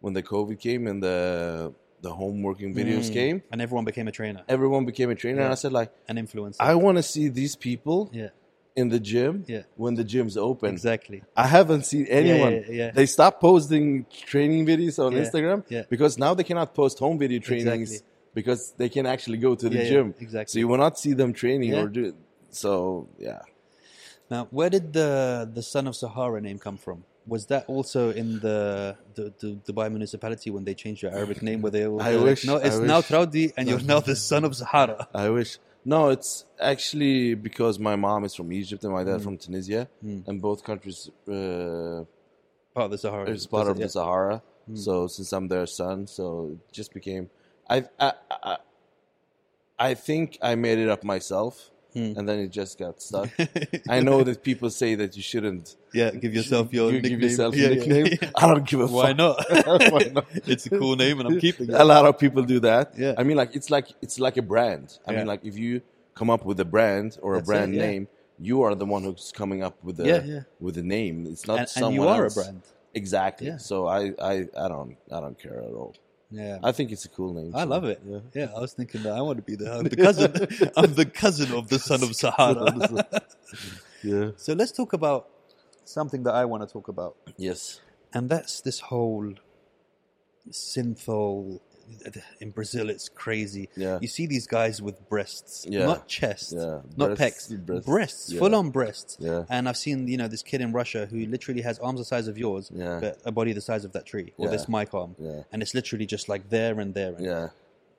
B: when the COVID came and the the home working
A: Mm.
B: videos came.
A: And everyone became a trainer,
B: Everyone became a trainer, and I said like,
A: an influencer.
B: I want to see these people
A: Yeah,
B: in the gym
A: Yeah.
B: when the gym's open.
A: exactly.
B: I haven't seen anyone.
A: yeah, yeah.
B: They stopped posting training videos on
A: Yeah,
B: Instagram
A: yeah.
B: because now they cannot post home video trainings
A: Exactly.
B: because they can actually go to the
A: Yeah, yeah,
B: gym. So
A: exactly.
B: you will not see them training
A: Yeah.
B: or do. So yeah,
A: Now, where did the the Son of Sahara name come from? Was that also in the the, the Dubai municipality when they changed your Arabic name? Where they were
B: I
A: like,
B: wish,
A: no,
B: I
A: it's now
B: wish."
A: Traudi, and you're now the Son of Sahara.
B: I wish. No, it's actually because my mom is from Egypt and my
A: Hmm.
B: dad from Tunisia, and both countries uh,
A: Part of the Sahara.
B: is part of
A: Yeah.
B: the Sahara.
A: Hmm.
B: So since I'm their son, so it just became. I I I, I think I made it up myself
A: Hmm.
B: and then it just got stuck. I know that people say that you shouldn't
A: Yeah, give yourself your
B: you
A: nickname.
B: give yourself
A: Yeah,
B: a
A: yeah.
B: nickname. I don't give a
A: Why
B: fuck.
A: not?
B: Why not?
A: it's a cool name, and I'm keeping
B: A
A: it.
B: lot of people do that.
A: Yeah.
B: I mean, like it's like it's like a brand. I
A: Yeah.
B: mean, like if you come up with a brand or a
A: That's it,
B: brand
A: yeah.
B: name, you are the one who's coming up with the
A: Yeah, yeah.
B: with the name. It's not
A: And, and
B: someone
A: you are a
B: else.
A: brand.
B: Exactly.
A: Yeah.
B: So I, I I don't I don't care at all.
A: Yeah,
B: I think it's a cool name.
A: I
B: so,
A: love it. Yeah.
B: Yeah.
A: I was thinking that I want to be the, I'm the cousin. I'm the cousin of the son of Sahara.
B: Yeah.
A: so let's talk about something that I want to talk about,
B: Yes.
A: and that's this whole synthol. In Brazil, it's crazy.
B: Yeah.
A: You see these guys with breasts,
B: Yeah.
A: not chest,
B: Yeah.
A: not
B: Breasts,
A: pecs, breasts,
B: breasts, yeah.
A: full on breasts.
B: Yeah.
A: And I've seen, you know, this kid in Russia who literally has arms the size of yours,
B: Yeah.
A: but a body the size of that tree, or
B: Yeah.
A: this mic arm.
B: Yeah.
A: And it's literally just like there and there. And
B: Yeah.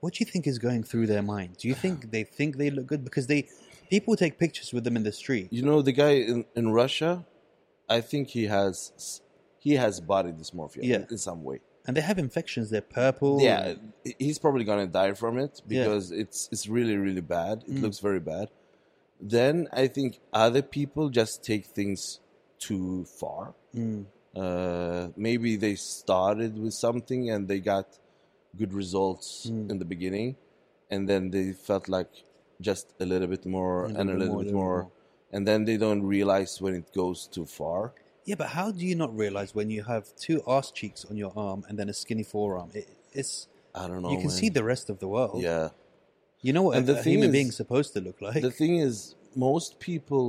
A: What do you think is going through their mind? Do you think they think they look good? Because they, people take pictures with them in the street.
B: You know the guy in, in Russia, I think he has he has body dysmorphia
A: Yeah.
B: in, in some way.
A: And they have infections, they're purple.
B: Yeah, he's probably gonna die from it
A: Yeah. Mm.
B: because it's it's really really bad. It looks very bad. Then I think other people just take things too far.
A: Mm.
B: Uh, maybe they started with something and they got good results
A: Mm.
B: in the beginning, and then they felt like just a little bit more
A: A little
B: and a
A: bit
B: little
A: more,
B: bit
A: little bit
B: more,
A: more.
B: and then they don't realize when it goes too far.
A: Yeah, but how do you not realize when you have two ass cheeks on your arm and then a skinny forearm? It, it's
B: I don't know.
A: you can
B: Oh, man.
A: see the rest of the world.
B: yeah.
A: You know what
B: And
A: a,
B: the
A: a
B: thing
A: human
B: is-
A: being's supposed to look like.
B: the thing is most people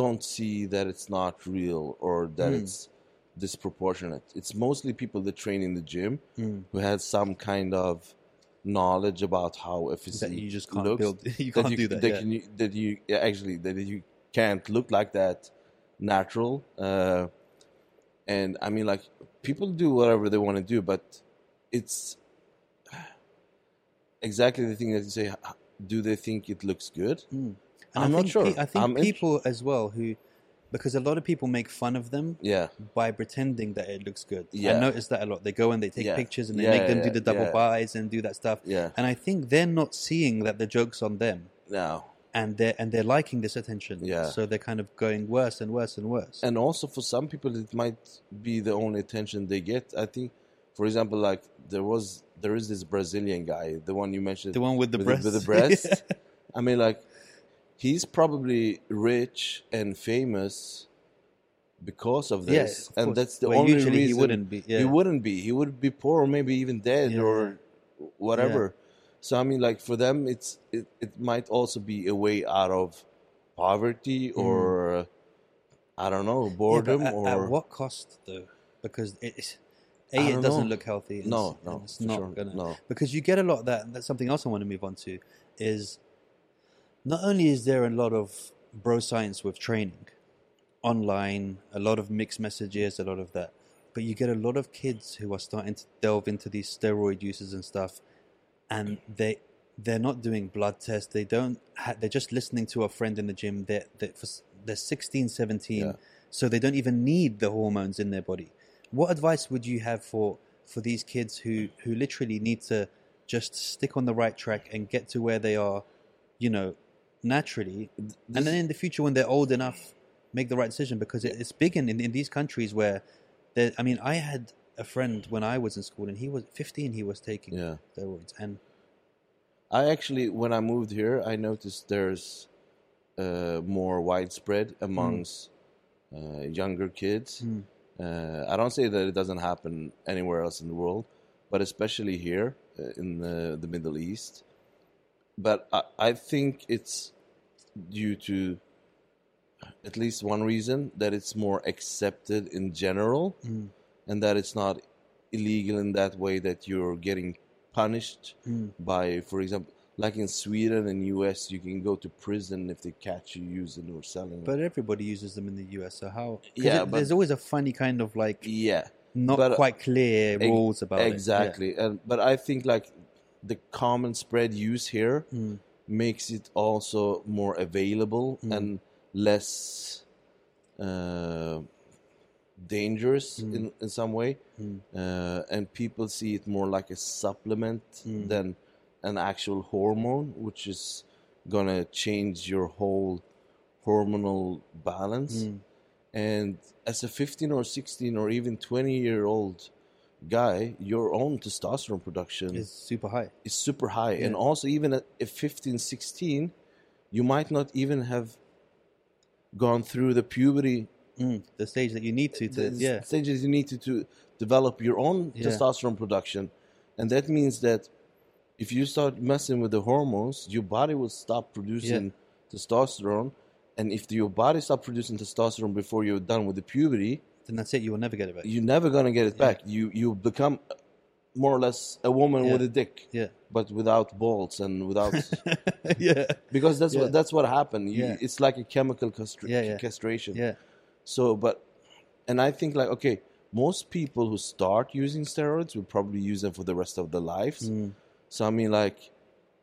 B: don't see that it's not real or that
A: Mm.
B: it's disproportionate it's mostly people that train in the gym
A: Mm.
B: who have some kind of knowledge about how a physique
A: that you just can't
B: looks,
A: build. You can't do that. yeah.
B: can you, that you yeah, actually that you can't look like that natural uh, and i mean like people do whatever they want to do but it's exactly the thing that you say h- do they think it looks good
A: Mm.
B: I'm not
A: think
B: sure.
A: pe- I think
B: I'm inter-
A: people as well who, because a lot of people make fun of them
B: yeah
A: by pretending that it looks good. I
B: Yeah.
A: notice that a lot. They go and they take
B: Yeah.
A: pictures and they
B: Yeah,
A: make them
B: yeah,
A: do the double
B: yeah.
A: buys and do that stuff.
B: yeah
A: And I think they're not seeing that the joke's on them,
B: now
A: and they're and they're liking this attention.
B: Yeah.
A: So they're kind of going worse and worse and worse.
B: and also for some people it might be the only attention they get i think for example like there was there is this brazilian guy the one you mentioned
A: the one with the
B: with
A: breast.
B: The, with the breast. I mean, like, he's probably rich and famous because of
A: Yeah,
B: this,
A: of
B: and
A: course.
B: that's the
A: Where
B: only
A: usually
B: reason
A: he wouldn't be. Yeah.
B: he wouldn't be. He would be poor, or maybe even dead,
A: Yeah.
B: or whatever. So I mean, like for them, it's it, it might also be a way out of poverty or I don't know
A: Mm. Yeah, but
B: boredom
A: at,
B: or
A: at what cost though? Because it's a
B: I
A: it
B: don't
A: doesn't
B: know.
A: look healthy. and
B: no,
A: it's-
B: no,
A: and it's
B: for
A: not
B: sure,
A: gonna.
B: no,
A: Because you get a lot of that. And that's something else I want to move on to. Is not only is there a lot of bro science with training online, a lot of mixed messages, a lot of that, but you get a lot of kids who are starting to delve into these steroid uses and stuff, and they they're not doing blood tests. They don't. Ha- they're just listening to a friend in the gym. They're they're, for, s- they're 16, 17,
B: Yeah.
A: so they don't even need the hormones in their body. What advice would you have for for these kids who who literally need to just stick on the right track and get to where they are, you know, naturally, and then in the future when they're old enough, make the right decision because it, it's big in, in in these countries where, there. I mean, I had a friend when I was in school and he was 15. He was taking
B: yeah.
A: steroids and
B: I actually, when I moved here, I noticed there's uh, more widespread amongst uh, younger kids.
A: Mm.
B: Uh, I don't say that it doesn't happen anywhere else in the world, but especially here uh, in the, the Middle East. But I, I think it's due to at least one reason that it's more accepted in general
A: Mm.
B: and that it's not illegal in that way that you're getting punished
A: Mm.
B: by for example like in sweden and us you can go to prison if they catch you using or selling it.
A: But everybody uses them in the US, so how? 'cause
B: Yeah,
A: it-
B: but-
A: there's always a funny kind of like
B: yeah
A: not
B: but- uh,
A: quite clear
B: Ex-
A: rules about
B: exactly and but i think like the common spread use here
A: it. Yeah. Mm.
B: makes it also more available
A: Mm.
B: and less uh, dangerous
A: Mm.
B: in, in some way
A: Mm.
B: uh, and people see it more like a supplement
A: Mm.
B: than an actual hormone which is gonna change your whole hormonal balance.
A: Hmm. mm.
B: And as a 15 or 16 or even 20 year old guy, your own testosterone production
A: It's super high.
B: is super high. And
A: Yeah.
B: also, even at at 15, 16, you might not even have gone through the puberty
A: Mm. The stage that you need to, to
B: the
A: yeah.
B: stages you need to, to develop your own
A: Yeah.
B: testosterone production. And that means that if you start messing with the hormones, your body will stop producing testosterone. And if your body stops producing testosterone before you're done with the puberty,
A: Then that's it. You will never get it back.
B: you're never going to get it
A: Yeah.
B: back. You, you become more or less a woman
A: Yeah.
B: with a dick,
A: yeah.
B: but without balls and without.
A: yeah.
B: because that's,
A: Yeah.
B: what, that's what happened. You,
A: Yeah.
B: It's like a chemical castra-
A: Yeah, yeah.
B: castration.
A: Yeah.
B: So, but, and I think like, okay, most people who start using steroids will probably use them for the rest of their lives.
A: Mm.
B: So, I mean, like,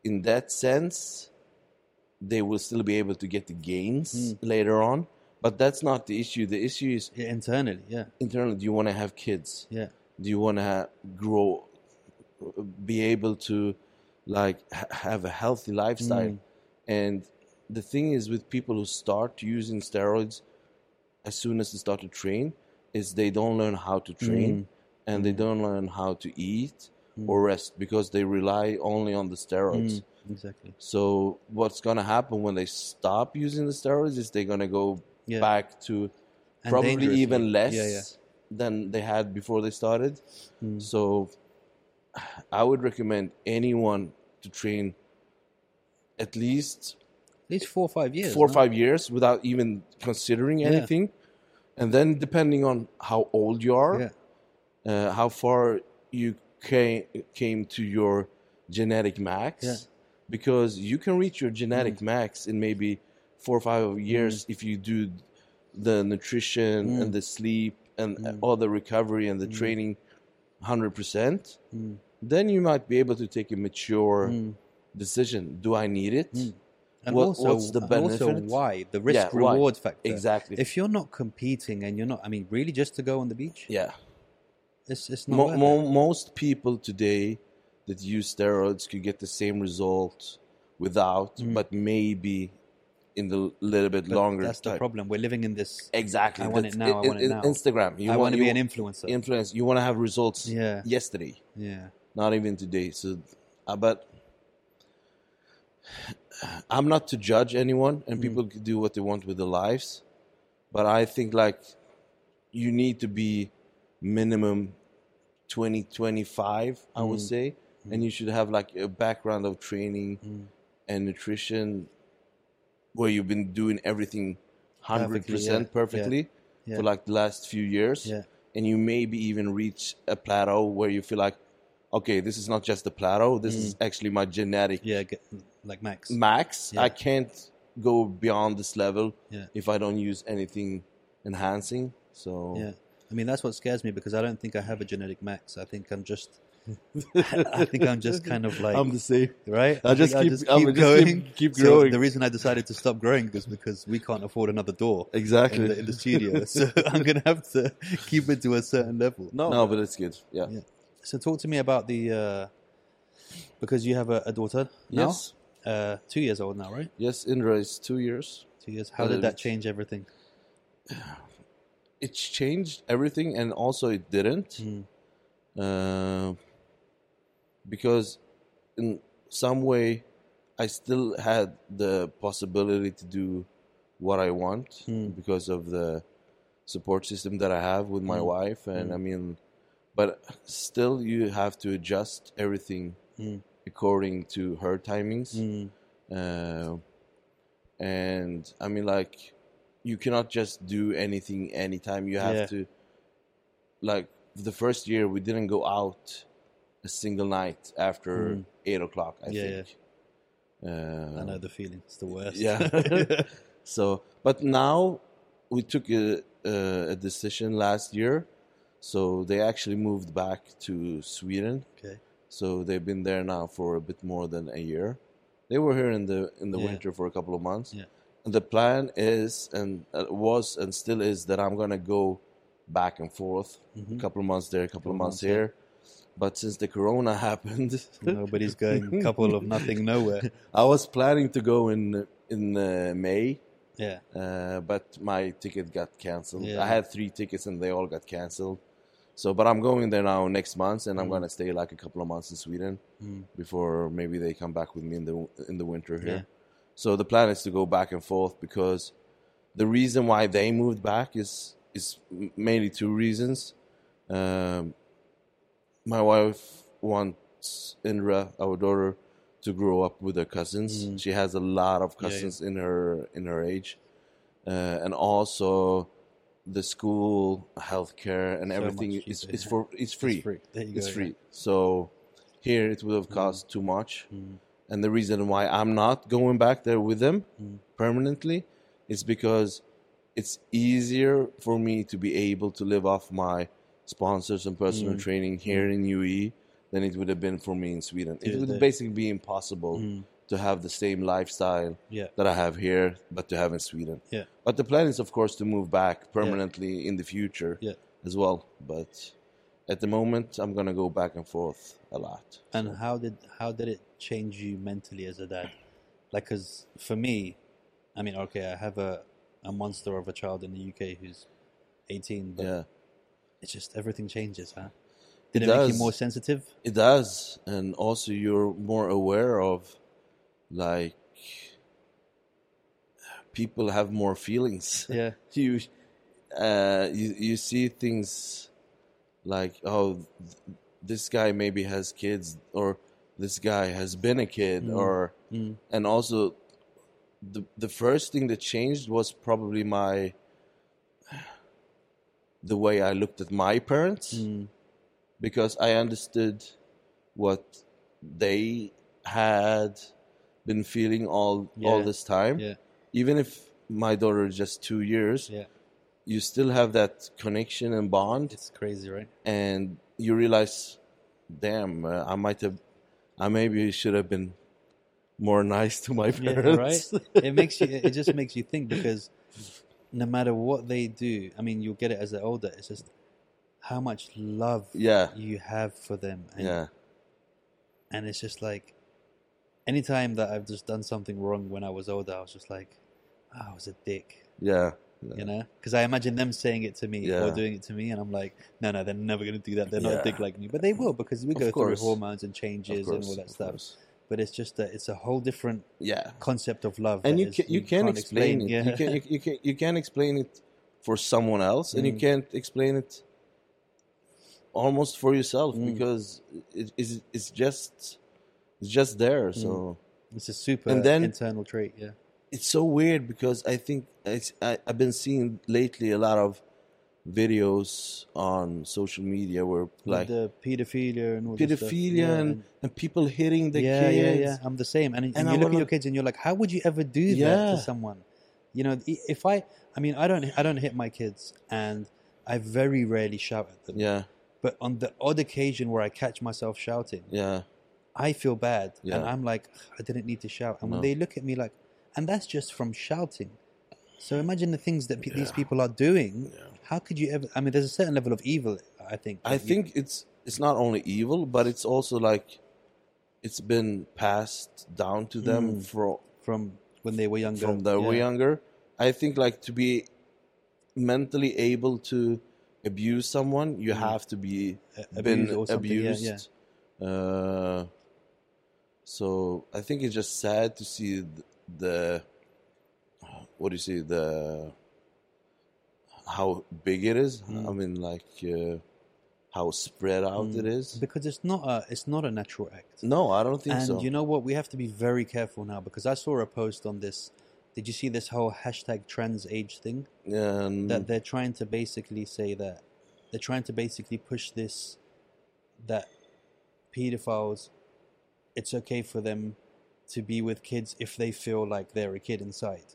B: in that sense, they will still be able to get the
A: Mm.
B: gains later on. But that's not the issue. The issue is
A: yeah. Internally. Yeah.
B: internally, do you want to have kids?
A: Yeah.
B: Do you want to ha- grow, be able to, like, ha- have a healthy lifestyle?
A: Mm.
B: And the thing is with people who start using steroids as soon as they start to train is they don't learn how to
A: Mm.
B: train and they don't learn how to eat or rest because they rely only on the steroids.
A: Mm. Exactly.
B: So what's going to happen when they stop using the steroids is they're going to go
A: Yeah.
B: back to
A: And
B: probably
A: dangerously.
B: even less
A: Yeah. Yeah.
B: than they had before they started.
A: Mm.
B: So I would recommend anyone to train at least
A: At least four or five years.
B: four or
A: no?
B: five years without even considering
A: Yeah.
B: anything. And then, depending on how old you are,
A: Yeah.
B: uh, how far you came, came to your genetic max,
A: Yeah. Mm-hmm.
B: because you can reach your genetic max in maybe four or five years if you do the nutrition
A: Mm.
B: and the sleep and uh,
A: Mm.
B: all the recovery and the
A: Mm.
B: training 100%.
A: Mm.
B: Then you might be able to take a mature
A: Mm.
B: decision. Do I need it?
A: Mm. And
B: What-
A: also,
B: what's the
A: and also
B: benefit?
A: why the
B: Yeah,
A: risk
B: why?
A: reward factor.
B: Exactly.
A: If you're not competing and you're not, I mean, really just to go on the beach,
B: yeah.
A: it's, it's not
B: Mo-
A: worth
B: mo-
A: it.
B: most people today that use steroids could get the same result without, but maybe in the little bit
A: Mm. But
B: longer.
A: That's the
B: time.
A: problem. We're living in this.
B: Exactly.
A: I want
B: That's-
A: it now, I want it now.
B: Instagram. You
A: I want to be
B: you
A: an influencer.
B: influence. You want to have results
A: Yeah.
B: yesterday,
A: yeah.
B: not even today. So, uh, but I'm not to judge anyone,
A: Mm-hmm.
B: and people can do what they want with their lives. But I think like you need to be minimum 20, 25, I
A: Mm-hmm.
B: would say, and you should have like a background of training
A: Mm-hmm.
B: and nutrition where you've been doing everything hundred
A: Perfectly, yeah,
B: percent
A: yeah,
B: perfectly
A: yeah.
B: for like the last few years,
A: Yeah.
B: and you maybe even reach a plateau where you feel like, okay, this is not just the plateau, this is actually my genetic
A: Yeah. Get, like Max.
B: max.
A: Mm. Yeah.
B: I can't go beyond this level
A: Yeah.
B: if I don't use anything enhancing. So
A: Yeah. I mean, that's what scares me because I don't think I have a genetic max. I think I'm just. I think I'm just kind of like.
B: I'm the same.
A: Right,
B: I just
A: think
B: keep- I would just keep- keep
A: So
B: growing.
A: the reason I decided to stop growing was because we can't afford another door in
B: Exactly.
A: the, in the studio, so I'm gonna have to keep it to a certain level.
B: no, no, but it's good. Yeah.
A: Yeah. So talk to me about the uh, because you have a, a daughter now,
B: Yes.
A: uh, two years old now, right?
B: Yes, Indra is two years.
A: Two years. How
B: Uh,
A: did that change everything?
B: It's changed everything, and also it didn't.
A: Mm.
B: Uh, because in some way I still had the possibility to do what I want
A: Mm.
B: because of the support system that I have with my
A: Mm.
B: wife and I mean but still you have to adjust everything
A: Mm.
B: according to her timings
A: Mm.
B: uh, and I mean, like, you cannot just do anything anytime. You have
A: Yeah.
B: to, like, the first year we didn't go out a single night after
A: Mhm.
B: eight o'clock. I
A: Yeah,
B: think. Uh,
A: I know the feeling. It's the worst.
B: Yeah. so, but now we took a, a, a decision last year, so they actually moved back to Sweden.
A: okay.
B: So they've been there now for a bit more than a year. They were here in the in the
A: Yeah.
B: winter for a couple of months.
A: Yeah.
B: And the plan is and uh, was Mm-hmm. and still is that I'm gonna go back and forth. A couple of months there, a couple, of months,
A: Mm-hmm. months, yeah.
B: here, But since the corona happened,
A: Nobody's going. Couple of nothing, nowhere.
B: I was planning to go in in uh, May,
A: Yeah.
B: uh, but my ticket got canceled.
A: Yeah.
B: I had three tickets and they all got canceled. So, but I'm going there now next month, and I'm
A: Mm-hmm.
B: gonna stay like a couple of months in Sweden
A: Mm.
B: before maybe they come back with me in the in the winter here.
A: Yeah.
B: So the plan is to go back and forth because the reason why they moved back is is m- mainly two reasons. Um, my wife wants Indra, our daughter, to grow up with her cousins.
A: Mm.
B: She has a lot of
A: Yeah, yeah.
B: cousins in her in her age, uh, and also the school, healthcare, and
A: So much
B: everything is,
A: cheaper,
B: is
A: yeah.
B: for it's free.
A: It's free. There you
B: It's
A: go, yeah.
B: free. So here it would have cost too much.
A: Mm.
B: And the reason why I'm not going back there with them
A: Mm.
B: permanently is because it's easier for me to be able to live off my sponsors and personal
A: Mm.
B: training here in UE than it would have been for me in Sweden.
A: Yeah,
B: It would
A: they-
B: basically be impossible
A: Mm.
B: to have the same lifestyle
A: Yeah.
B: that I have here, but to have in Sweden.
A: Yeah.
B: But the plan is, of course, to move back permanently in the future
A: Yeah.
B: as well. But at the moment, I'm gonna go back and forth a lot.
A: And how did how did it change you mentally as a dad? Like, cause for me, I mean, okay, I have a a monster of a child in the UK who's 18, but
B: yeah,
A: it's just everything changes, huh?
B: It
A: Did it, make
B: does.
A: you more sensitive?
B: it does, and also you're more aware of like people have more feelings.
A: Yeah.
B: you uh you you see things like oh th- this guy maybe has kids or this guy has been a kid
A: Mm.
B: or
A: Mm.
B: and also the the first thing that changed was probably my the way I looked at my parents
A: Mm.
B: because I understood what they had been feeling all all
A: Yeah.
B: this time
A: Yeah.
B: even if my daughter is just 2 years
A: Yeah.
B: you still have that connection and bond
A: It's crazy, right?
B: and you realize damn uh, i might have i maybe should have been more nice to my
A: Yeah,
B: parents
A: right? it makes you. It it just makes you think because no matter what they do, I mean, you'll get it as they're older. It's just how much love
B: yeah
A: you have for them, and
B: yeah
A: and it's just like anytime that I've just done something wrong when I was older, I was just like, "Ah, I was a dick,
B: yeah
A: you know, because I imagine them saying it to me or
B: Yeah.
A: doing it to me, and I'm like, no, no, they're never gonna do that. They're not a dick
B: Yeah.
A: like me, but they will because we
B: Of
A: go through
B: course.
A: hormones and changes
B: of course,
A: and all that
B: of
A: stuff.
B: course.
A: But it's just that it's a whole different
B: yeah
A: concept of love,
B: and
A: that
B: you
A: is-
B: can you can
A: can't
B: explain, it
A: Yeah.
B: you can you, you can you can explain it for someone else and you
A: Mm.
B: can't explain it almost for yourself
A: Mm.
B: because it is it's just it's just there so
A: Mm. It's a super
B: And then-
A: internal trait, yeah.
B: it's so weird because I think it's, I, I've been seeing lately a lot of videos on social media where like
A: Like the pedophilia and all this stuff,
B: pedophilia
A: yeah,
B: and, and people hitting the
A: yeah,
B: kids.
A: yeah, yeah. I'm the same. And, and,
B: And I
A: you look at
B: wanna-
A: your kids and you're like, how would you ever do that
B: Yeah.
A: to someone? You know, i- if I, I mean, I don't, I don't hit my kids, and I very rarely shout at them.
B: yeah,
A: But on the odd occasion where I catch myself shouting,
B: yeah,
A: I feel bad, and
B: Yeah.
A: I'm like, I didn't need to shout. And when
B: No.
A: they look at me like, and that's just from shouting. So imagine the things that pe- these people are doing.
B: yeah.
A: How could you ever? I mean, there's a certain level of evil. I think.
B: I
A: that you-
B: think it's it's not only evil, but it's also like it's been passed down to them
A: Mm.
B: for
A: from when they were younger.
B: from the
A: yeah.
B: way younger. I think like to be mentally able to abuse someone, you
A: Mm.
B: have to be
A: A- abused
B: been
A: or something, yeah,
B: abused.
A: yeah.
B: Uh, so I think it's just sad to see th- the what do you say the how big it is.
A: Mm.
B: I mean, like uh, how spread out
A: Mm.
B: it is.
A: because it's not a it's not a natural act.
B: No, I don't think
A: and
B: so.
A: you know what? We have to be very careful now because I saw a post on this. Did you see this whole hashtag trans age thing?
B: um,
A: That they're trying to basically say that they're trying to basically push this that pedophiles it's okay for them to be with kids if they feel like they're a kid inside.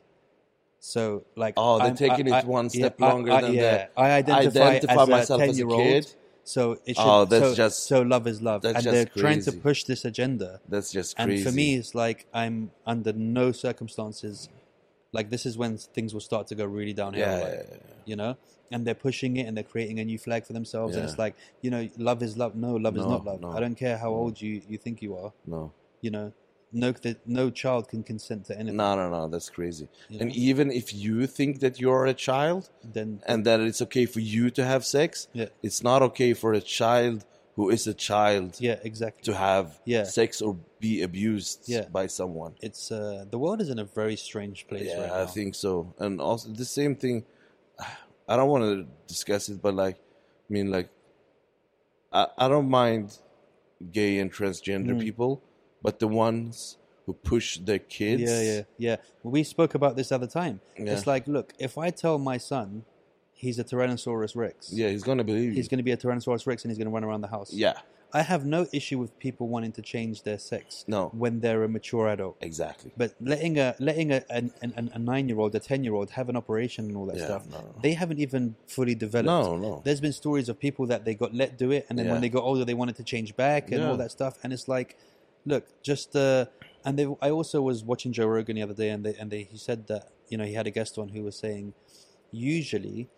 A: So like
B: oh, they're
A: I'm-
B: taking
A: I-
B: it one
A: yeah,
B: step
A: I-
B: longer
A: I,
B: than
A: yeah,
B: that.
A: I identify,
B: identify
A: as
B: myself
A: a
B: as a
A: 10 year old.
B: kid.
A: So it should,
B: Oh, that's
A: so,
B: just-
A: so love is love,
B: that's
A: and
B: just
A: they're trying to
B: crazy.
A: push this agenda.
B: That's just
A: And
B: crazy.
A: for me, it's like I'm under no circumstances like this is when things will start to go really downhill.
B: Yeah,
A: like,
B: yeah, yeah, yeah.
A: you know, and they're pushing it and they're creating a new flag for themselves. And
B: Yeah.
A: it's like, you know, love is love. No, love is
B: No,
A: not love.
B: no.
A: I don't care how old you, you think you are.
B: No,
A: You know, no, th- no child can consent to anything.
B: no, no, no. That's crazy.
A: you
B: And
A: know?
B: even if you think that you're a child
A: then
B: and that it's okay for you to have sex,
A: Yeah.
B: it's not okay for a child who is a child
A: yeah, exactly.
B: to have
A: Yeah.
B: sex or be abused
A: Yeah.
B: by someone.
A: It's uh, the world is in a very strange place
B: yeah,
A: right now.
B: I think so. And also the same thing. I don't want to discuss it, but like, I mean, like, I, I don't mind gay and transgender
A: Mm.
B: people, but the ones who push their kids.
A: yeah, yeah, yeah. We spoke about this other time.
B: Yeah.
A: It's like, look, if I tell my son he's a Tyrannosaurus Rex,
B: Yeah, he's gonna believe you.
A: he's going to be a Tyrannosaurus Rex and he's going to run around the house.
B: yeah,
A: I have no issue with people wanting to change their sex
B: No.
A: when they're a mature adult.
B: exactly.
A: But letting a letting a an, an, an- a nine year old, a ten year old have an operation and all that
B: Yeah,
A: stuff,
B: no, no.
A: they haven't even fully developed.
B: No, no.
A: There's been stories of people that they got let do it, and then when
B: Yeah.
A: they got older, they wanted to change back and all
B: Yeah.
A: that stuff. And it's like, look, just uh, and they, I also was watching Joe Rogan the other day, and they and they, he said that you know he had a guest on who was saying, usually,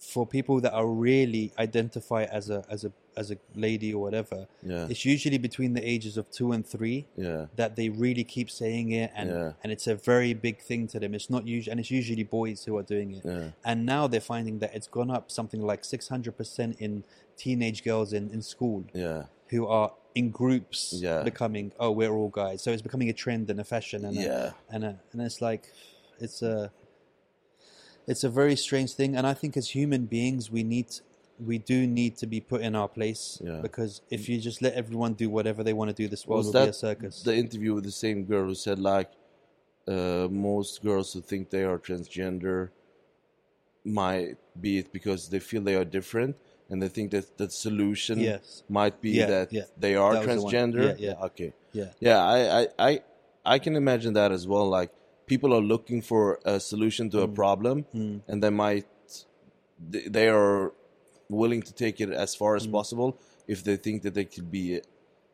A: for people that are really identify as a as a as a lady or whatever,
B: Yeah,
A: it's usually between the ages of two and three
B: yeah,
A: that they really keep saying it and
B: Yeah.
A: and it's a very big thing to them it's not usually and it's usually boys who are doing it
B: yeah.
A: and now they're finding that it's gone up something like 600% in teenage girls in, in school
B: Yeah,
A: who are in groups
B: Yeah.
A: becoming oh we're all guys so it's becoming a trend and a fashion and
B: Yeah.
A: a, and a, and it's like it's a it's a very strange thing and i think as human beings we need we do need to be put in our place
B: Yeah.
A: because if you just let everyone do whatever they want to do this world
B: was
A: will
B: that
A: be a circus
B: the interview with the same girl who said like uh, most girls who think they are transgender might be it because they feel they are different and they think that the solution
A: Yes.
B: might be
A: Yeah,
B: that
A: yeah.
B: they are
A: That was the one.
B: transgender
A: Yeah, yeah.
B: okay
A: yeah
B: yeah I, I i i can imagine that as well like people are looking for a solution to a problem
A: Mm.
B: and they might they they are willing to take it as far as possible if they think that they could be
A: Mm.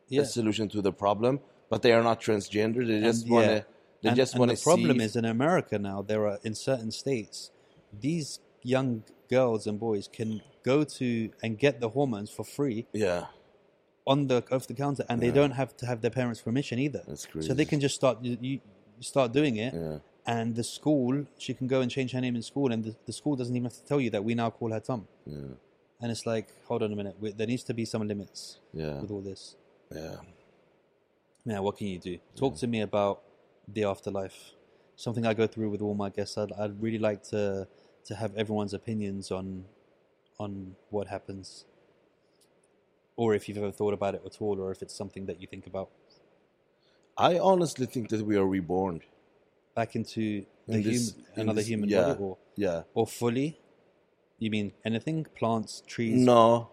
A: yeah
B: a solution to the problem, but they are not transgender. They just want to.
A: yeah.
B: They
A: and,
B: just
A: and
B: want
A: the
B: to.
A: problem
B: see
A: is in America now. There are in certain states, these young girls and boys can go to and get the hormones for free
B: Yeah,
A: on the off the counter, and they don't have to have their parents' permission either.
B: That's
A: So they
B: crazy.
A: can just start you, you start doing it,
B: yeah,
A: and the school she can go and change her name in school, and the, the school doesn't even have to tell you that we now call her Tom.
B: yeah,
A: And it's like, hold on a minute, we, there needs to be some limits
B: yeah,
A: with all this.
B: yeah.
A: Now, what can you do? Talk to me about the afterlife. Something I go through with all my guests. I'd, I'd really like to to have everyone's opinions on on what happens, or if you've ever thought about it at all, or if it's something that you think about
B: I honestly think that we are reborn.
A: back into the
B: In this-
A: human,
B: in
A: another
B: this-
A: human
B: yeah.
A: body, or
B: Yeah.
A: or fully. You mean anything? Plants, trees,
B: No,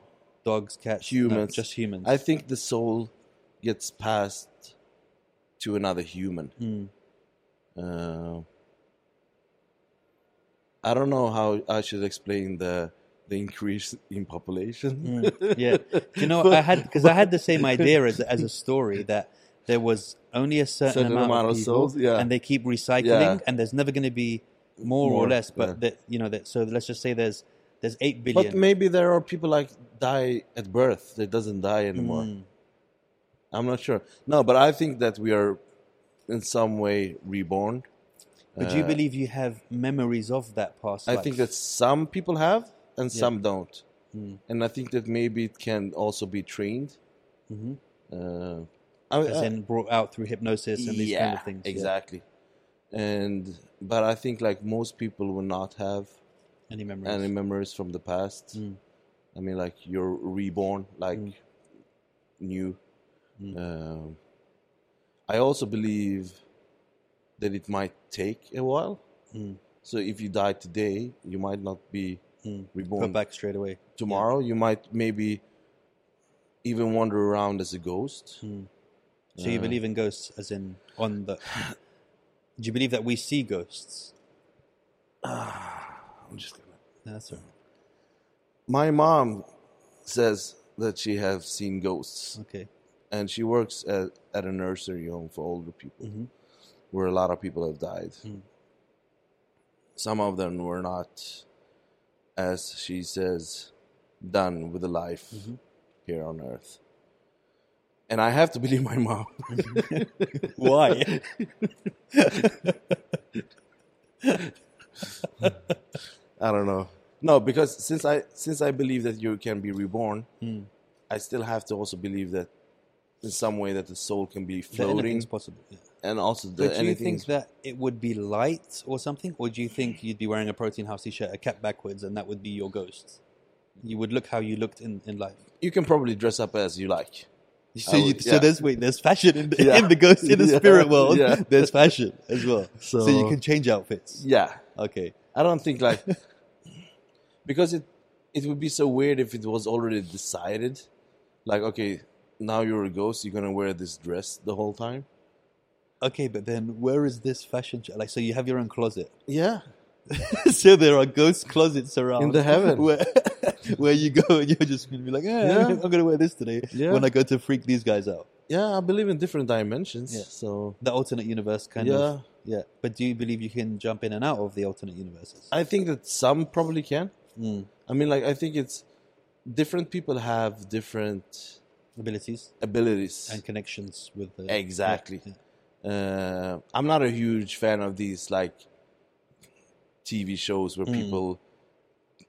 A: dogs, cats, No,
B: humans.
A: just humans.
B: I think the soul gets passed to another human.
A: Mm.
B: Uh, I don't know how I should explain the the increase in population.
A: Mm, yeah. Do you know, I had because I had the same idea as as a story that there was only a certain,
B: Certain
A: amount,
B: amount
A: of
B: of
A: people,
B: souls, yeah.
A: and they keep recycling,
B: Yeah.
A: and there's never going to be more, or
B: More,
A: less. But
B: yeah.
A: that you know, that so let's just say there's there's eight billion.
B: But maybe there are people like die at birth. They doesn't die anymore.
A: Mm,
B: I'm not sure. No, but I think that we are in some way reborn.
A: but you believe you have memories of that past?
B: I
A: life?
B: think that some people have and some don't.
A: Mm.
B: And I think that maybe it can also be trained.
A: Mhm.
B: Uh, I,
A: As
B: I-
A: in brought out through hypnosis and these kind of things. yeah,
B: Exactly. And but I think like most people will not have
A: Any memories?
B: any memories from the past.
A: Mm.
B: I mean, like you're reborn, like
A: Mm.
B: new.
A: Mm.
B: Um, I also believe that it might take a while.
A: Mm.
B: So if you die today, you might not be
A: Mm. Go
B: reborn
A: back straight away.
B: tomorrow. You might maybe even wander around as a ghost.
A: Mm. So you believe in ghosts, as in on the? Do you believe that we see ghosts?
B: I'm just gonna.
A: That's all right.
B: My mom says that she has seen ghosts.
A: Okay.
B: and she works at, at a nursery home for older people.
A: Mhm.
B: where a lot of people have died. Some of them were not, as she says, done with the life here on earth. And I have to believe my mom.
A: Why?
B: I don't know. No, because since I since I believe that you can be reborn, I still have to also believe that in some way that the soul can be floating
A: Anything's possible. Yeah.
B: and also
A: But
B: the
A: do you think
B: anything.
A: that it would be light or something, or do you think you'd be wearing a Protein House t-shirt, a cap backwards, and that would be your ghost? You would look how you looked in, in life.
B: You can probably dress up as you like.
A: So,
B: I would-
A: you, so
B: yeah.
A: there's wait, there's fashion in the,
B: Yeah.
A: in the ghost in the
B: Yeah.
A: spirit world.
B: Yeah.
A: There's fashion as well. So, you
B: So-
A: can change outfits.
B: Yeah,
A: Okay.
B: I don't think like because it it would be so weird if it was already decided. Like, okay, now you're a ghost. You're gonna wear this dress the whole time.
A: Okay, but then where is this fashion? ch- Like, so you have your own closet.
B: Yeah,
A: so there are ghost closets around
B: In the heaven.
A: where, where you go and you're just gonna be like, eh,
B: Yeah.
A: I'm gonna wear this today
B: Yeah.
A: when I go to freak these guys out.
B: yeah. I believe in different dimensions.
A: Yeah.
B: So
A: The alternate universe kind of.
B: yeah,
A: Yeah, but do you believe you can jump in and out of the alternate universes?
B: I think that some probably can.
A: Mm.
B: I mean, like, I think it's different people have different
A: Abilities
B: abilities.
A: and connections with the
B: Exactly.
A: Yeah,
B: Uh, I'm not a huge fan of these like TV shows
A: Mm.
B: where people,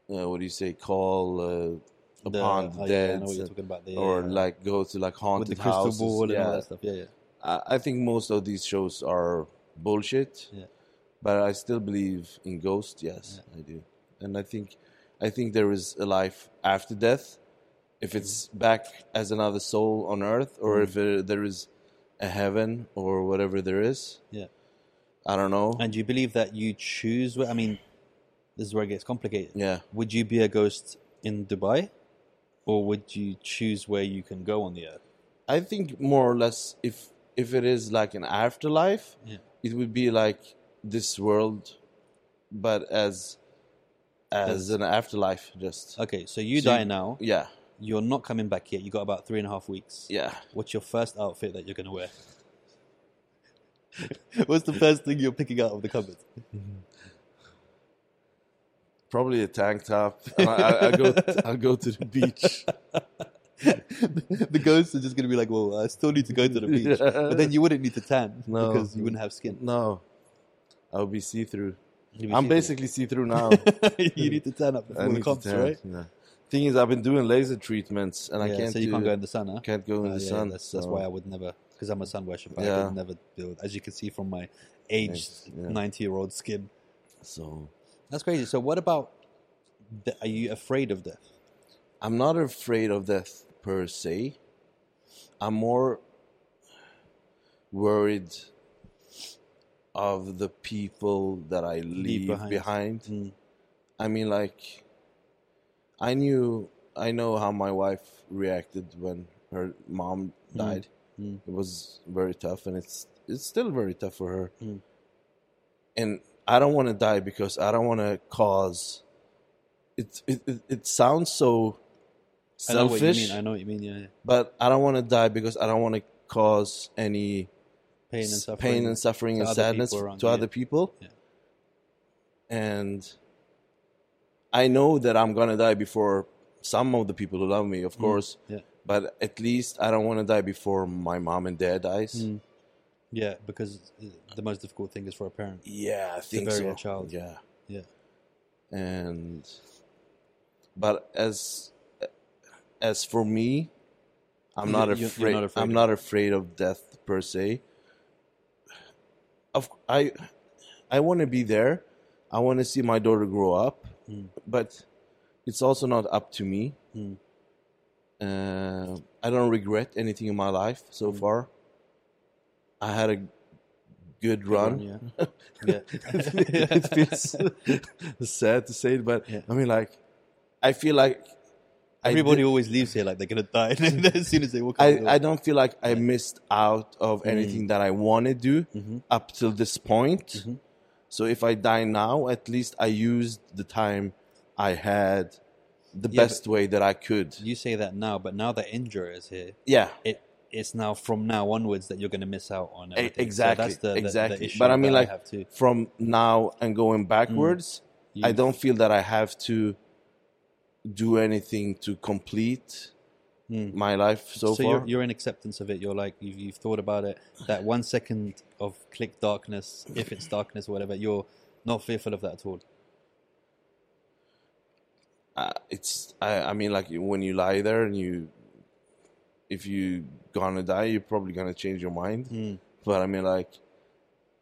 B: uh, what do you say, call uh,
A: The-
B: upon the,
A: oh, yeah, I
B: dead
A: know what you're talking about. The,
B: or
A: uh,
B: like go to like
A: with
B: haunted
A: the crystal
B: houses.
A: ball and
B: yeah.
A: all that stuff. Yeah, yeah.
B: I, I think most of these shows are bullshit.
A: Yeah.
B: But I still believe in ghosts. Yes, I do, and I think, I think there is a life after death, if it's
A: Mm-hmm.
B: back as another soul on Earth, or if uh there is a heaven or whatever there is.
A: Yeah.
B: I don't know.
A: And do you believe that you choose? Where, I mean, this is where it gets complicated.
B: yeah,
A: Would you be a ghost in Dubai, or would you choose where you can go on the earth?
B: I think more or less, if if it is like an afterlife,
A: Yeah.
B: it would be like this world, but as as an afterlife, just
A: Okay, so you
B: So you-
A: die now.
B: yeah,
A: You're not coming back yet. You got about three and a half weeks.
B: yeah.
A: What's your first outfit that you're gonna wear? What's the first thing you're picking out of the cupboard?
B: Probably a tank top. And I, I, I go. I go to the beach.
A: the ghosts are just gonna be like, "Well, I still need to go to the beach," but then you wouldn't need to tan
B: No.
A: because you wouldn't have skin.
B: No, I'll be see through.
A: You'd be
B: I'm
A: see-through.
B: basically see through now.
A: you need to tan up
B: I
A: before the
B: need to
A: cops,
B: tan.
A: right?
B: Yeah. Thing is, I've been doing laser treatments, and I
A: Yeah,
B: can't.
A: so you
B: do,
A: can't go in the sun, huh?
B: can't go in
A: Uh,
B: the
A: yeah,
B: sun.
A: That's, that's
B: so-
A: why I would never, because I'm a sun worshipper. I
B: Yeah.
A: could never build, as you can see from my aged
B: Aged, yeah.
A: ninety-year-old skin.
B: So
A: That's crazy. So, what about? The, are you afraid of death?
B: I'm not afraid of death per se. I'm more worried of the people that I leave
A: behind.
B: behind. Mm. I mean, like, I knew, I know how my wife reacted when her mom died.
A: Mm.
B: It was very tough, and it's it's still very tough for her.
A: Mm.
B: And I don't want to die because I don't want to cause. It it it, it sounds so
A: I know what you
B: selfish,
A: mean. I know what you mean. Yeah, yeah.
B: but I don't want to die because I don't want to cause any
A: pain and
B: s-
A: suffering.
B: and suffering
A: to
B: and
A: other
B: sadness
A: people around
B: to
A: you,
B: other
A: yeah.
B: people.
A: Yeah.
B: And I know that I'm gonna die before some of the people who love me, of course.
A: Mm. yeah.
B: But at least I don't want to die before my mom and dad dies.
A: Mm. Yeah, because uh, the most difficult thing is for a parent.
B: Yeah, I think
A: bury
B: so.
A: a child.
B: Yeah,
A: Yeah.
B: And but as as for me, I'm
A: You-
B: not
A: you- you're
B: afraid.
A: not afraid
B: I'm
A: of
B: not afraid of death per se. Of I, I want to be there. I want to see my daughter grow up,
A: Mm.
B: but it's also not up to me.
A: Mm.
B: Uh, I don't regret anything in my life so
A: Hmm.
B: far. I had a good run.
A: Yeah. yeah.
B: it feels sad to say it, but
A: Yeah.
B: I mean, like, I feel like I
A: Everybody
B: did-
A: always leaves here like they're gonna die as soon as they walk out.
B: I,
A: the door.
B: I don't feel like I missed out of anything that I want to do
A: Mhm.
B: up till this point.
A: Mhm.
B: So if I die now, at least I used the time I had the
A: Yeah,
B: best way that I could.
A: You say that now, but now that Indra is here,
B: Yeah,
A: it it's now from now onwards that you're going to miss out on
B: E-
A: everything. So
B: exactly,
A: that's the, the- the
B: exactly.
A: issue
B: but I mean,
A: that
B: like
A: have to-
B: from now and going backwards, I
A: You-
B: don't feel that I have to do anything to complete
A: Mm.
B: my life so, far.
A: you're, you're in acceptance of it. You're like you've, you've thought about it. That one second of click darkness, if it's darkness or whatever, you're not fearful of that at all.
B: uh, it's I, I mean like when you lie there and you if you gonna die you're probably gonna change your mind
A: Mm.
B: but i mean like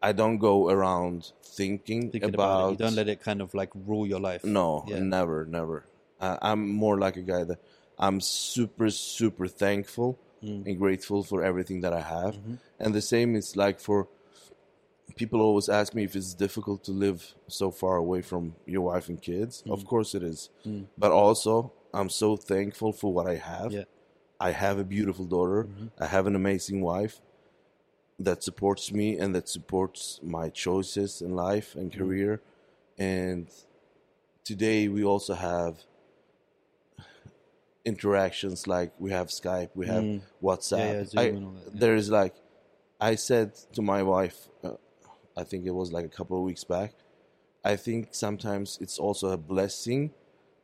B: i don't go around thinking,
A: Thinking about,
B: about,
A: it, you don't let it kind of like rule your life.
B: no
A: Yeah.
B: never never I, i'm more like a guy that i'm super super thankful
A: Mm.
B: and grateful for everything that i have
A: Mhm.
B: and the same is like for people always ask me if it's difficult to live so far away from your wife and kids. Of course it is.
A: Mm.
B: But also, I'm so thankful for what I have.
A: Yeah.
B: I have a beautiful daughter.
A: Mm-hmm.
B: I have an amazing wife that supports me and that supports my choices in life and
A: Mm.
B: career. And today we also have interactions like we have Skype, we have
A: Mm. Yeah, yeah,
B: WhatsApp.
A: Zoom
B: I-
A: and all that, yeah.
B: There is like, I said to my wife, uh, I think it was like a couple of weeks back. I think sometimes it's also a blessing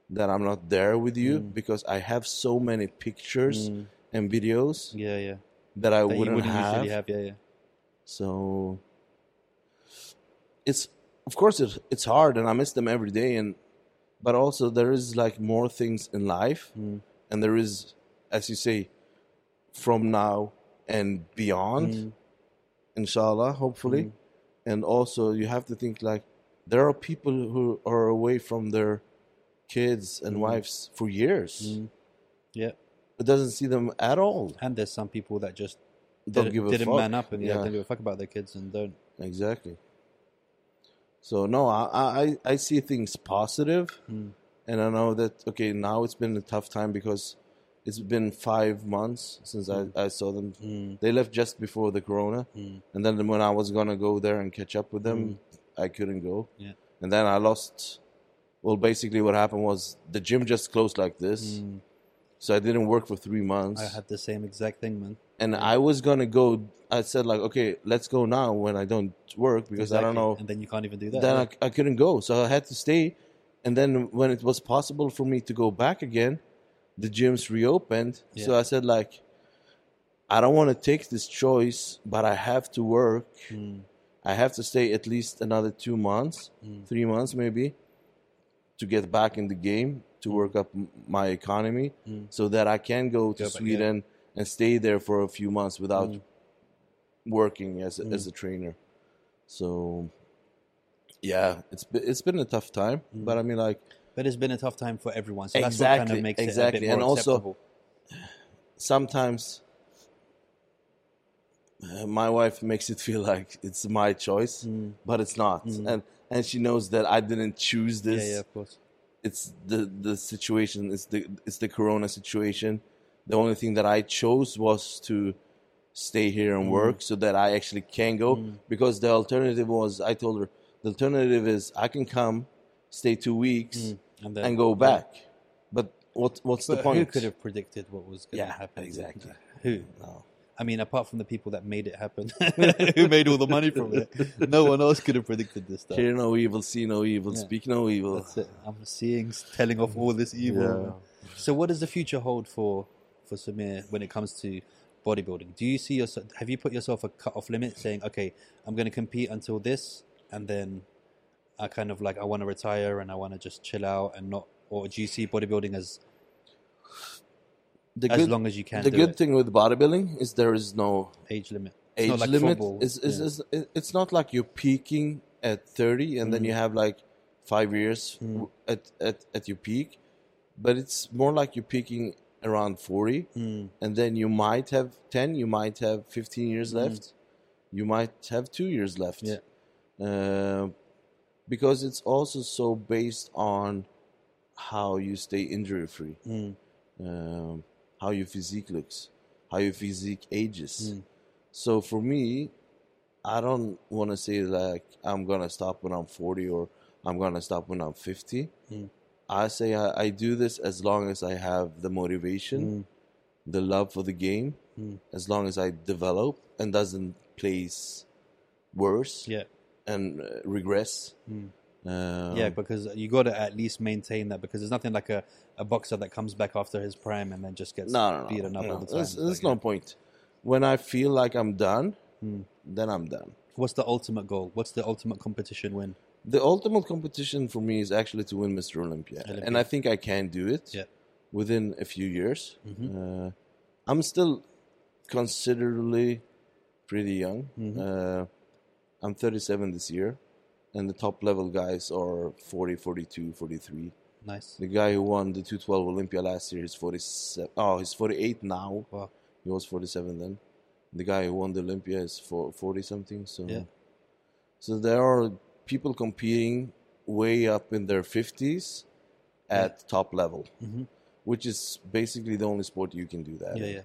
B: that I'm not there with you because I have so many pictures
A: Mm.
B: and videos
A: Yeah, yeah.
B: that I
A: That you
B: wouldn't, have.
A: usually have. Yeah, yeah.
B: So it's of course it, it's hard, and I miss them every day. And but also there is like more things in life,
A: Mm.
B: and there is, as you say, from now and beyond,
A: Mm.
B: inshallah, hopefully. And also you have to think like there are people who are away from their kids and wives for years.
A: Mm. Yeah.
B: It doesn't see them at all.
A: And there's some people that just
B: Don't
A: didn't,
B: give a
A: didn't
B: fuck.
A: man up and yeah.
B: Yeah.
A: don't give a fuck about their kids and don't.
B: Exactly. So no, I- I I, I see things positive,
A: Mm.
B: and I know that okay. Now it's been a tough time because it's been five months since
A: Hmm.
B: I, I saw them.
A: Mm.
B: They left just before the corona,
A: Mm.
B: and then when I was gonna go there and catch up with them, I couldn't go.
A: Hmm. Yeah.
B: And then I lost. Well, basically, what happened was the gym just closed like this,
A: Mm.
B: so I didn't work for three months
A: I had the same exact thing, man.
B: and I was gonna go. I said like, okay, let's go now when I don't work because I
A: Exactly.
B: don't know.
A: And then you can't even do that.
B: Then
A: yeah.
B: I, I couldn't go, so I had to stay. And then when it was possible for me to go back again, the gyms reopened. So
A: Yeah.
B: I said like, I don't want to take this choice, but I have to work.
A: Mm.
B: I have to stay at least another two months,
A: Mm.
B: three months maybe, to get back in the game to work up m- my economy,
A: Mm.
B: so that I can
A: Go
B: go to
A: back, yeah. Mm.
B: Sweden and stay there for a few months without working as a, as a trainer. So, yeah, it's be- it's been a tough time,
A: Mm.
B: but I mean, like
A: But it's been a tough time for everyone. So that's what kind
B: Exactly,
A: of makes it
B: exactly.
A: a bit more
B: And also-
A: acceptable.
B: sometimes uh, my wife makes it feel like it's my choice,
A: Mm.
B: but it's not, and and she knows that I didn't choose this.
A: yeah, yeah, of course.
B: it's the the situation it's the it's the corona situation the only thing that i chose was to stay here
A: Mm.
B: and work so that i actually can go because the alternative was i told her the alternative is i can come stay two weeks
A: And then
B: and go back but what what's
A: Mm. But
B: the point
A: Who could have predicted what was going to
B: Yeah,
A: happen?
B: exactly.
A: Who?
B: No.
A: I mean, apart from the people that made it happen, who made all the money from it, no one else could have predicted this stuff.
B: hear no evil see no evil
A: Yeah.
B: speak no evil
A: That's it. I'm seeing, telling off all this evil. So, what does the future hold for for Samir when it comes to bodybuilding? Do you see yourself? Have you put yourself a cut off limit, saying, "Okay, I'm going to compete until this, and then I kind of like I want to retire and I want to just chill out and not." Or do you see bodybuilding as
B: the
A: as
B: good,
A: long as you can?
B: the
A: do
B: good
A: it?
B: thing with bodybuilding is there is no
A: age limit. It's
B: age
A: not like
B: limit
A: football.
B: is, is,
A: Yeah.
B: is it- it's not like you're peaking at 30 and
A: Mm-hmm.
B: then you have like five years w- at, at, at your peak but it's more like you're peaking around 40
A: Hmm.
B: and then you might have 10 you might have 15 years
A: Mm-hmm.
B: left you might have two years left
A: Yeah.
B: Uh, because it's also so based on how you stay injury free
A: Mm.
B: um, how your physique looks, how your physique
A: Hmm.
B: ages. So for me, I don't want to say like I'm gonna stop when I'm 40 or I'm gonna stop when I'm 50.
A: Mm.
B: I
A: mm, Hmm.
B: say I, I do this as long as I have the motivation, the love for the game, as long as I develop and doesn't place worse
A: Yeah. Hmm.
B: and uh, regress. Um,
A: yeah, because you got to at least maintain that because there's nothing like a, a boxer that comes back after his prime and then just gets
B: no, no, no,
A: beaten up
B: no.
A: all the time.
B: There's,
A: It's
B: there's
A: like, Hmm.
B: no point. When I feel like I'm done, then I'm done.
A: What's the ultimate goal? What's the ultimate competition win?
B: The ultimate competition for me is actually to win Mr. Olympia,
A: Olympia.
B: and I think I can do it
A: Yeah. Mm-hmm.
B: within a few years. Uh, I'm still considerably pretty young.
A: Mm-hmm.
B: Uh, I'm 37 this year, and the top level guys are 40, 42, 43.
A: Nice.
B: The guy who won the 212 Olympia last year is 47. Oh, he's 48 now.
A: Wow.
B: He was 47 then. The guy who won the Olympia is for 40 something. So,
A: Yeah.
B: so there are people competing way up in their 50s at top level, which is basically the only sport you can do that.
A: Mm-hmm. Yeah,
B: in.
A: yeah.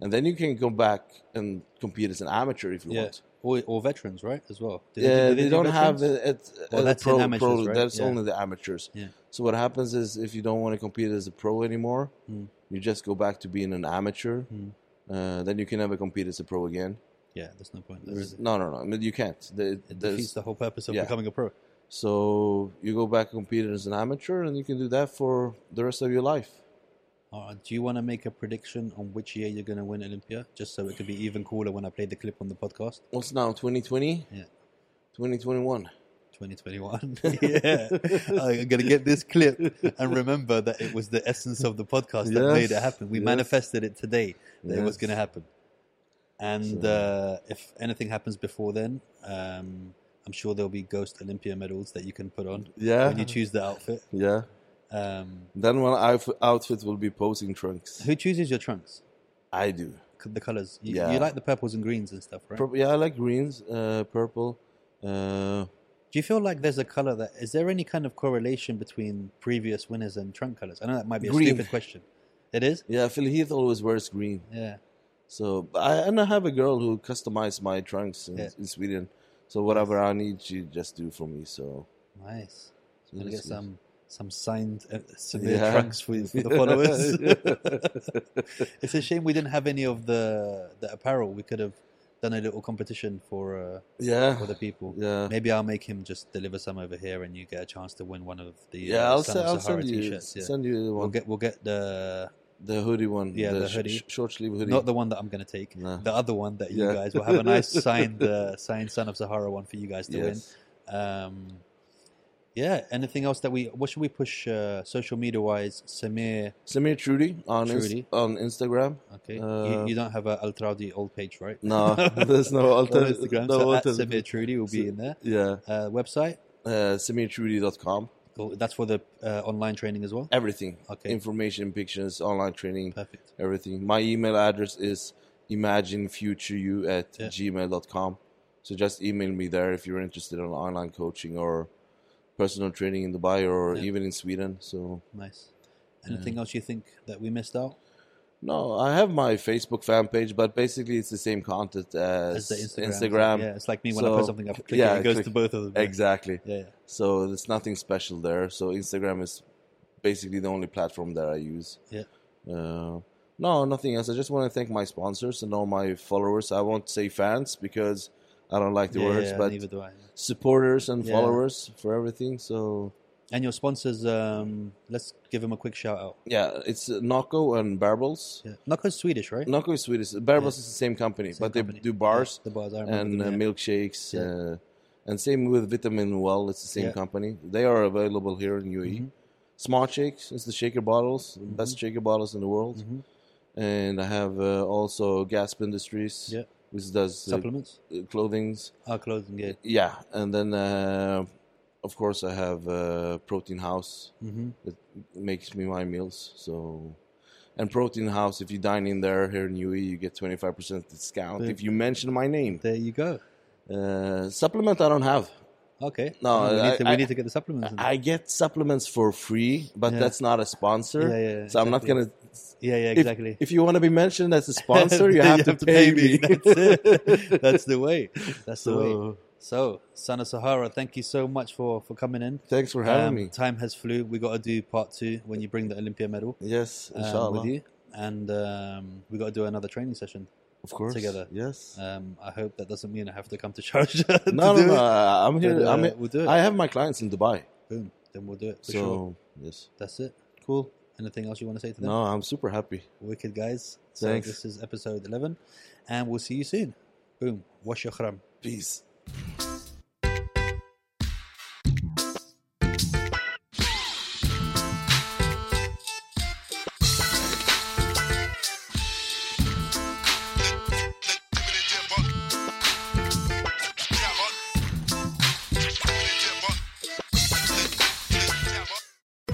B: And then you can go back and compete as an amateur if you
A: Yeah.
B: want.
A: Or, or veterans, right? As well. Do
B: yeah,
A: do- do
B: they,
A: do
B: don't have
A: veterans?
B: it at,
A: Well,
B: at
A: that's
B: a pro.
A: in amateurs,
B: pro
A: right?
B: That's
A: Yeah.
B: only the amateurs.
A: Yeah.
B: So what happens is if you don't want to compete as a pro anymore,
A: Mm.
B: you just go back to being an amateur.
A: Mm.
B: Uh, then you can never compete as a pro again.
A: Yeah, there's no point. There's,
B: There's, no, no, no. I mean, you can't. There-
A: it
B: there's-
A: defeats the whole purpose of
B: yeah.
A: becoming a pro.
B: so you go back and compete as an amateur, and you can do that for the rest of your life.
A: Uh, do you want to make a prediction on which year you're going to win Olympia, just so it could be even cooler when I play the clip on the podcast?
B: What's now 2020?
A: Yeah.
B: 2021.
A: 2021. yeah, I'm gonna get this clip and remember that it was the essence of the podcast that
B: Yes,
A: made it happen. We
B: yes.
A: manifested it today that it was
B: Yes.
A: gonna happen. And
B: So-
A: uh, if anything happens before then, um, I'm sure there'll be Ghost Olympia medals that you can put on
B: Yeah.
A: when you choose the outfit.
B: Yeah.
A: Um,
B: Then one outf- outfit will be posing trunks.
A: who chooses your trunks?
B: I do.
A: C- The colors. You,
B: Yeah.
A: you like the purples and greens and stuff, right?
B: Purp yeah, I like greens, uh, purple. Uh,
A: Do you feel like there's a color that is there any kind of correlation between previous winners and trunk colors? I know that might be a
B: Green.
A: stupid question. It is.
B: yeah, Phil Heath always wears green.
A: Yeah.
B: So but I and I have a girl who customized my trunks in,
A: Yeah.
B: in Sweden. So whatever I need, she just do for me. So
A: Nice.
B: so
A: I'm gonna get
B: that's good.
A: some some signed uh, souvenir
B: Yeah.
A: trunks for, you- for the followers. it's a shame we didn't have any of the the apparel. We could have done a little competition for uh,
B: Yeah,
A: for the people.
B: yeah,
A: Maybe uh, I'll make him just deliver some over here, and you get a chance to win one of the
B: yeah.
A: uh,
B: I'll,
A: Son
B: se-
A: of
B: I'll
A: Sahara
B: send you
A: t-shirts. Yeah.
B: send you the
A: We'll
B: one,
A: get we'll get the
B: the hoodie one.
A: Yeah, the
B: sh-
A: hoodie.
B: sh- short sleeve hoodie.
A: not the one that I'm going to take,
B: No.
A: the other one that you
B: Yeah.
A: guys will have a nice signed uh, signed Son of Sahara one for you guys to win.
B: yes.
A: Um, yeah. Anything else that we? What should we push uh, social media wise? Samir.
B: Samir Trudy on Inst-
A: Trudy.
B: on Instagram.
A: Okay.
B: Uh,
A: you, you don't have a Al Traudi old page, right?
B: No, there's no
A: On
B: alter.
A: Instagram.
B: no
A: so at
B: alter-
A: Samir Trudy will be in there.
B: Yeah,
A: Uh, website.
B: uh, samirtrudy.com.
A: Cool. That's for the uh, online training as well.
B: Everything,
A: Okay.
B: information, pictures, online training,
A: Perfect.
B: everything. My email address is imaginefutureyou at
A: Yeah.
B: gmail.com. So just email me there if you're interested in online coaching or personal training in Dubai or
A: Yeah.
B: even in Sweden. So
A: Nice.
B: mm.
A: Anything else you think that we missed out?
B: no, I have my Facebook fan page, but basically it's the same content
A: As
B: as,
A: the Instagram.
B: Instagram.
A: Yeah, it's like me when I
B: So,
A: post something, I click
B: yeah,
A: it, it goes
B: click-
A: to both of them. yeah.
B: Exactly.
A: Yeah. yeah.
B: So there's nothing special there. So Instagram is basically the only platform that I use.
A: Yeah.
B: Uh, no, nothing else. I just want to thank my sponsors and all my followers. I won't say fans because I don't like the
A: Yeah,
B: words,
A: yeah,
B: but
A: neither do I.
B: supporters and
A: Yeah.
B: followers for everything. So
A: And your sponsors, um, let's give them a quick shout out.
B: yeah, it's uh, Nocco and Barbels.
A: Yeah. Nako's Swedish, right?
B: Nocco is Swedish. Barbels is the same company,
A: Same
B: but
A: company.
B: they do bars
A: Yeah, the bars, I remember.
B: and
A: them,
B: uh,
A: yeah.
B: milkshakes.
A: Yeah.
B: Uh, and same with Vitamin Well. It's the same
A: Yeah. Mm-hmm.
B: company. They are available here in UAE. Smart Shakes is the shaker bottles, the best shaker bottles in the world.
A: Mhm.
B: And I have uh, also Gasp Industries,
A: Yeah.
B: which does uh,
A: Supplements?
B: clothings.
A: Our clothing, yeah.
B: Yeah, and then uh, of course I have uh, Protein House
A: Mm-hmm.
B: that makes me my meals. So, and Protein House, if you dine in there here in UE, you get twenty five percent discount
A: Yeah.
B: if you mention my name.
A: There you go.
B: Uh, supplement I don't have.
A: Okay.
B: No,
A: Oh, we,
B: I-
A: need to, we
B: I-
A: need to get the supplements. in there.
B: I get supplements for free, but
A: Yeah.
B: that's not a sponsor.
A: Yeah, yeah,
B: so I'm not
A: exactly.
B: gonna
A: yeah, yeah,
B: if-
A: exactly.
B: If, you want to be mentioned as a sponsor, you, have, to, pay, me.
A: That's it. That's the way. That's the way.
B: so,
A: So, Son of Sahara, thank you so much for, for coming in.
B: thanks for having
A: Um,
B: me.
A: Time has flew. we got to do part two when you bring the Olympia medal.
B: Yes,
A: um,
B: inshallah.
A: with you. and um, we got to do another training session.
B: Of course.
A: Together.
B: Yes.
A: Um, I hope that doesn't mean I have to come to Sharjah. to
B: no, no,
A: do
B: no.
A: it.
B: I- I'm here.
A: But, uh,
B: I'm here.
A: we'll do it.
B: I have my clients in Dubai.
A: Boom. Then we'll do it. For
B: so,
A: sure.
B: yes.
A: That's it.
B: Cool.
A: Anything else you want to say to them?
B: No, I'm super happy.
A: Wicked guys. So
B: Thanks.
A: This is episode 11, and we'll see you soon. Boom. Wash your khram.
B: Peace.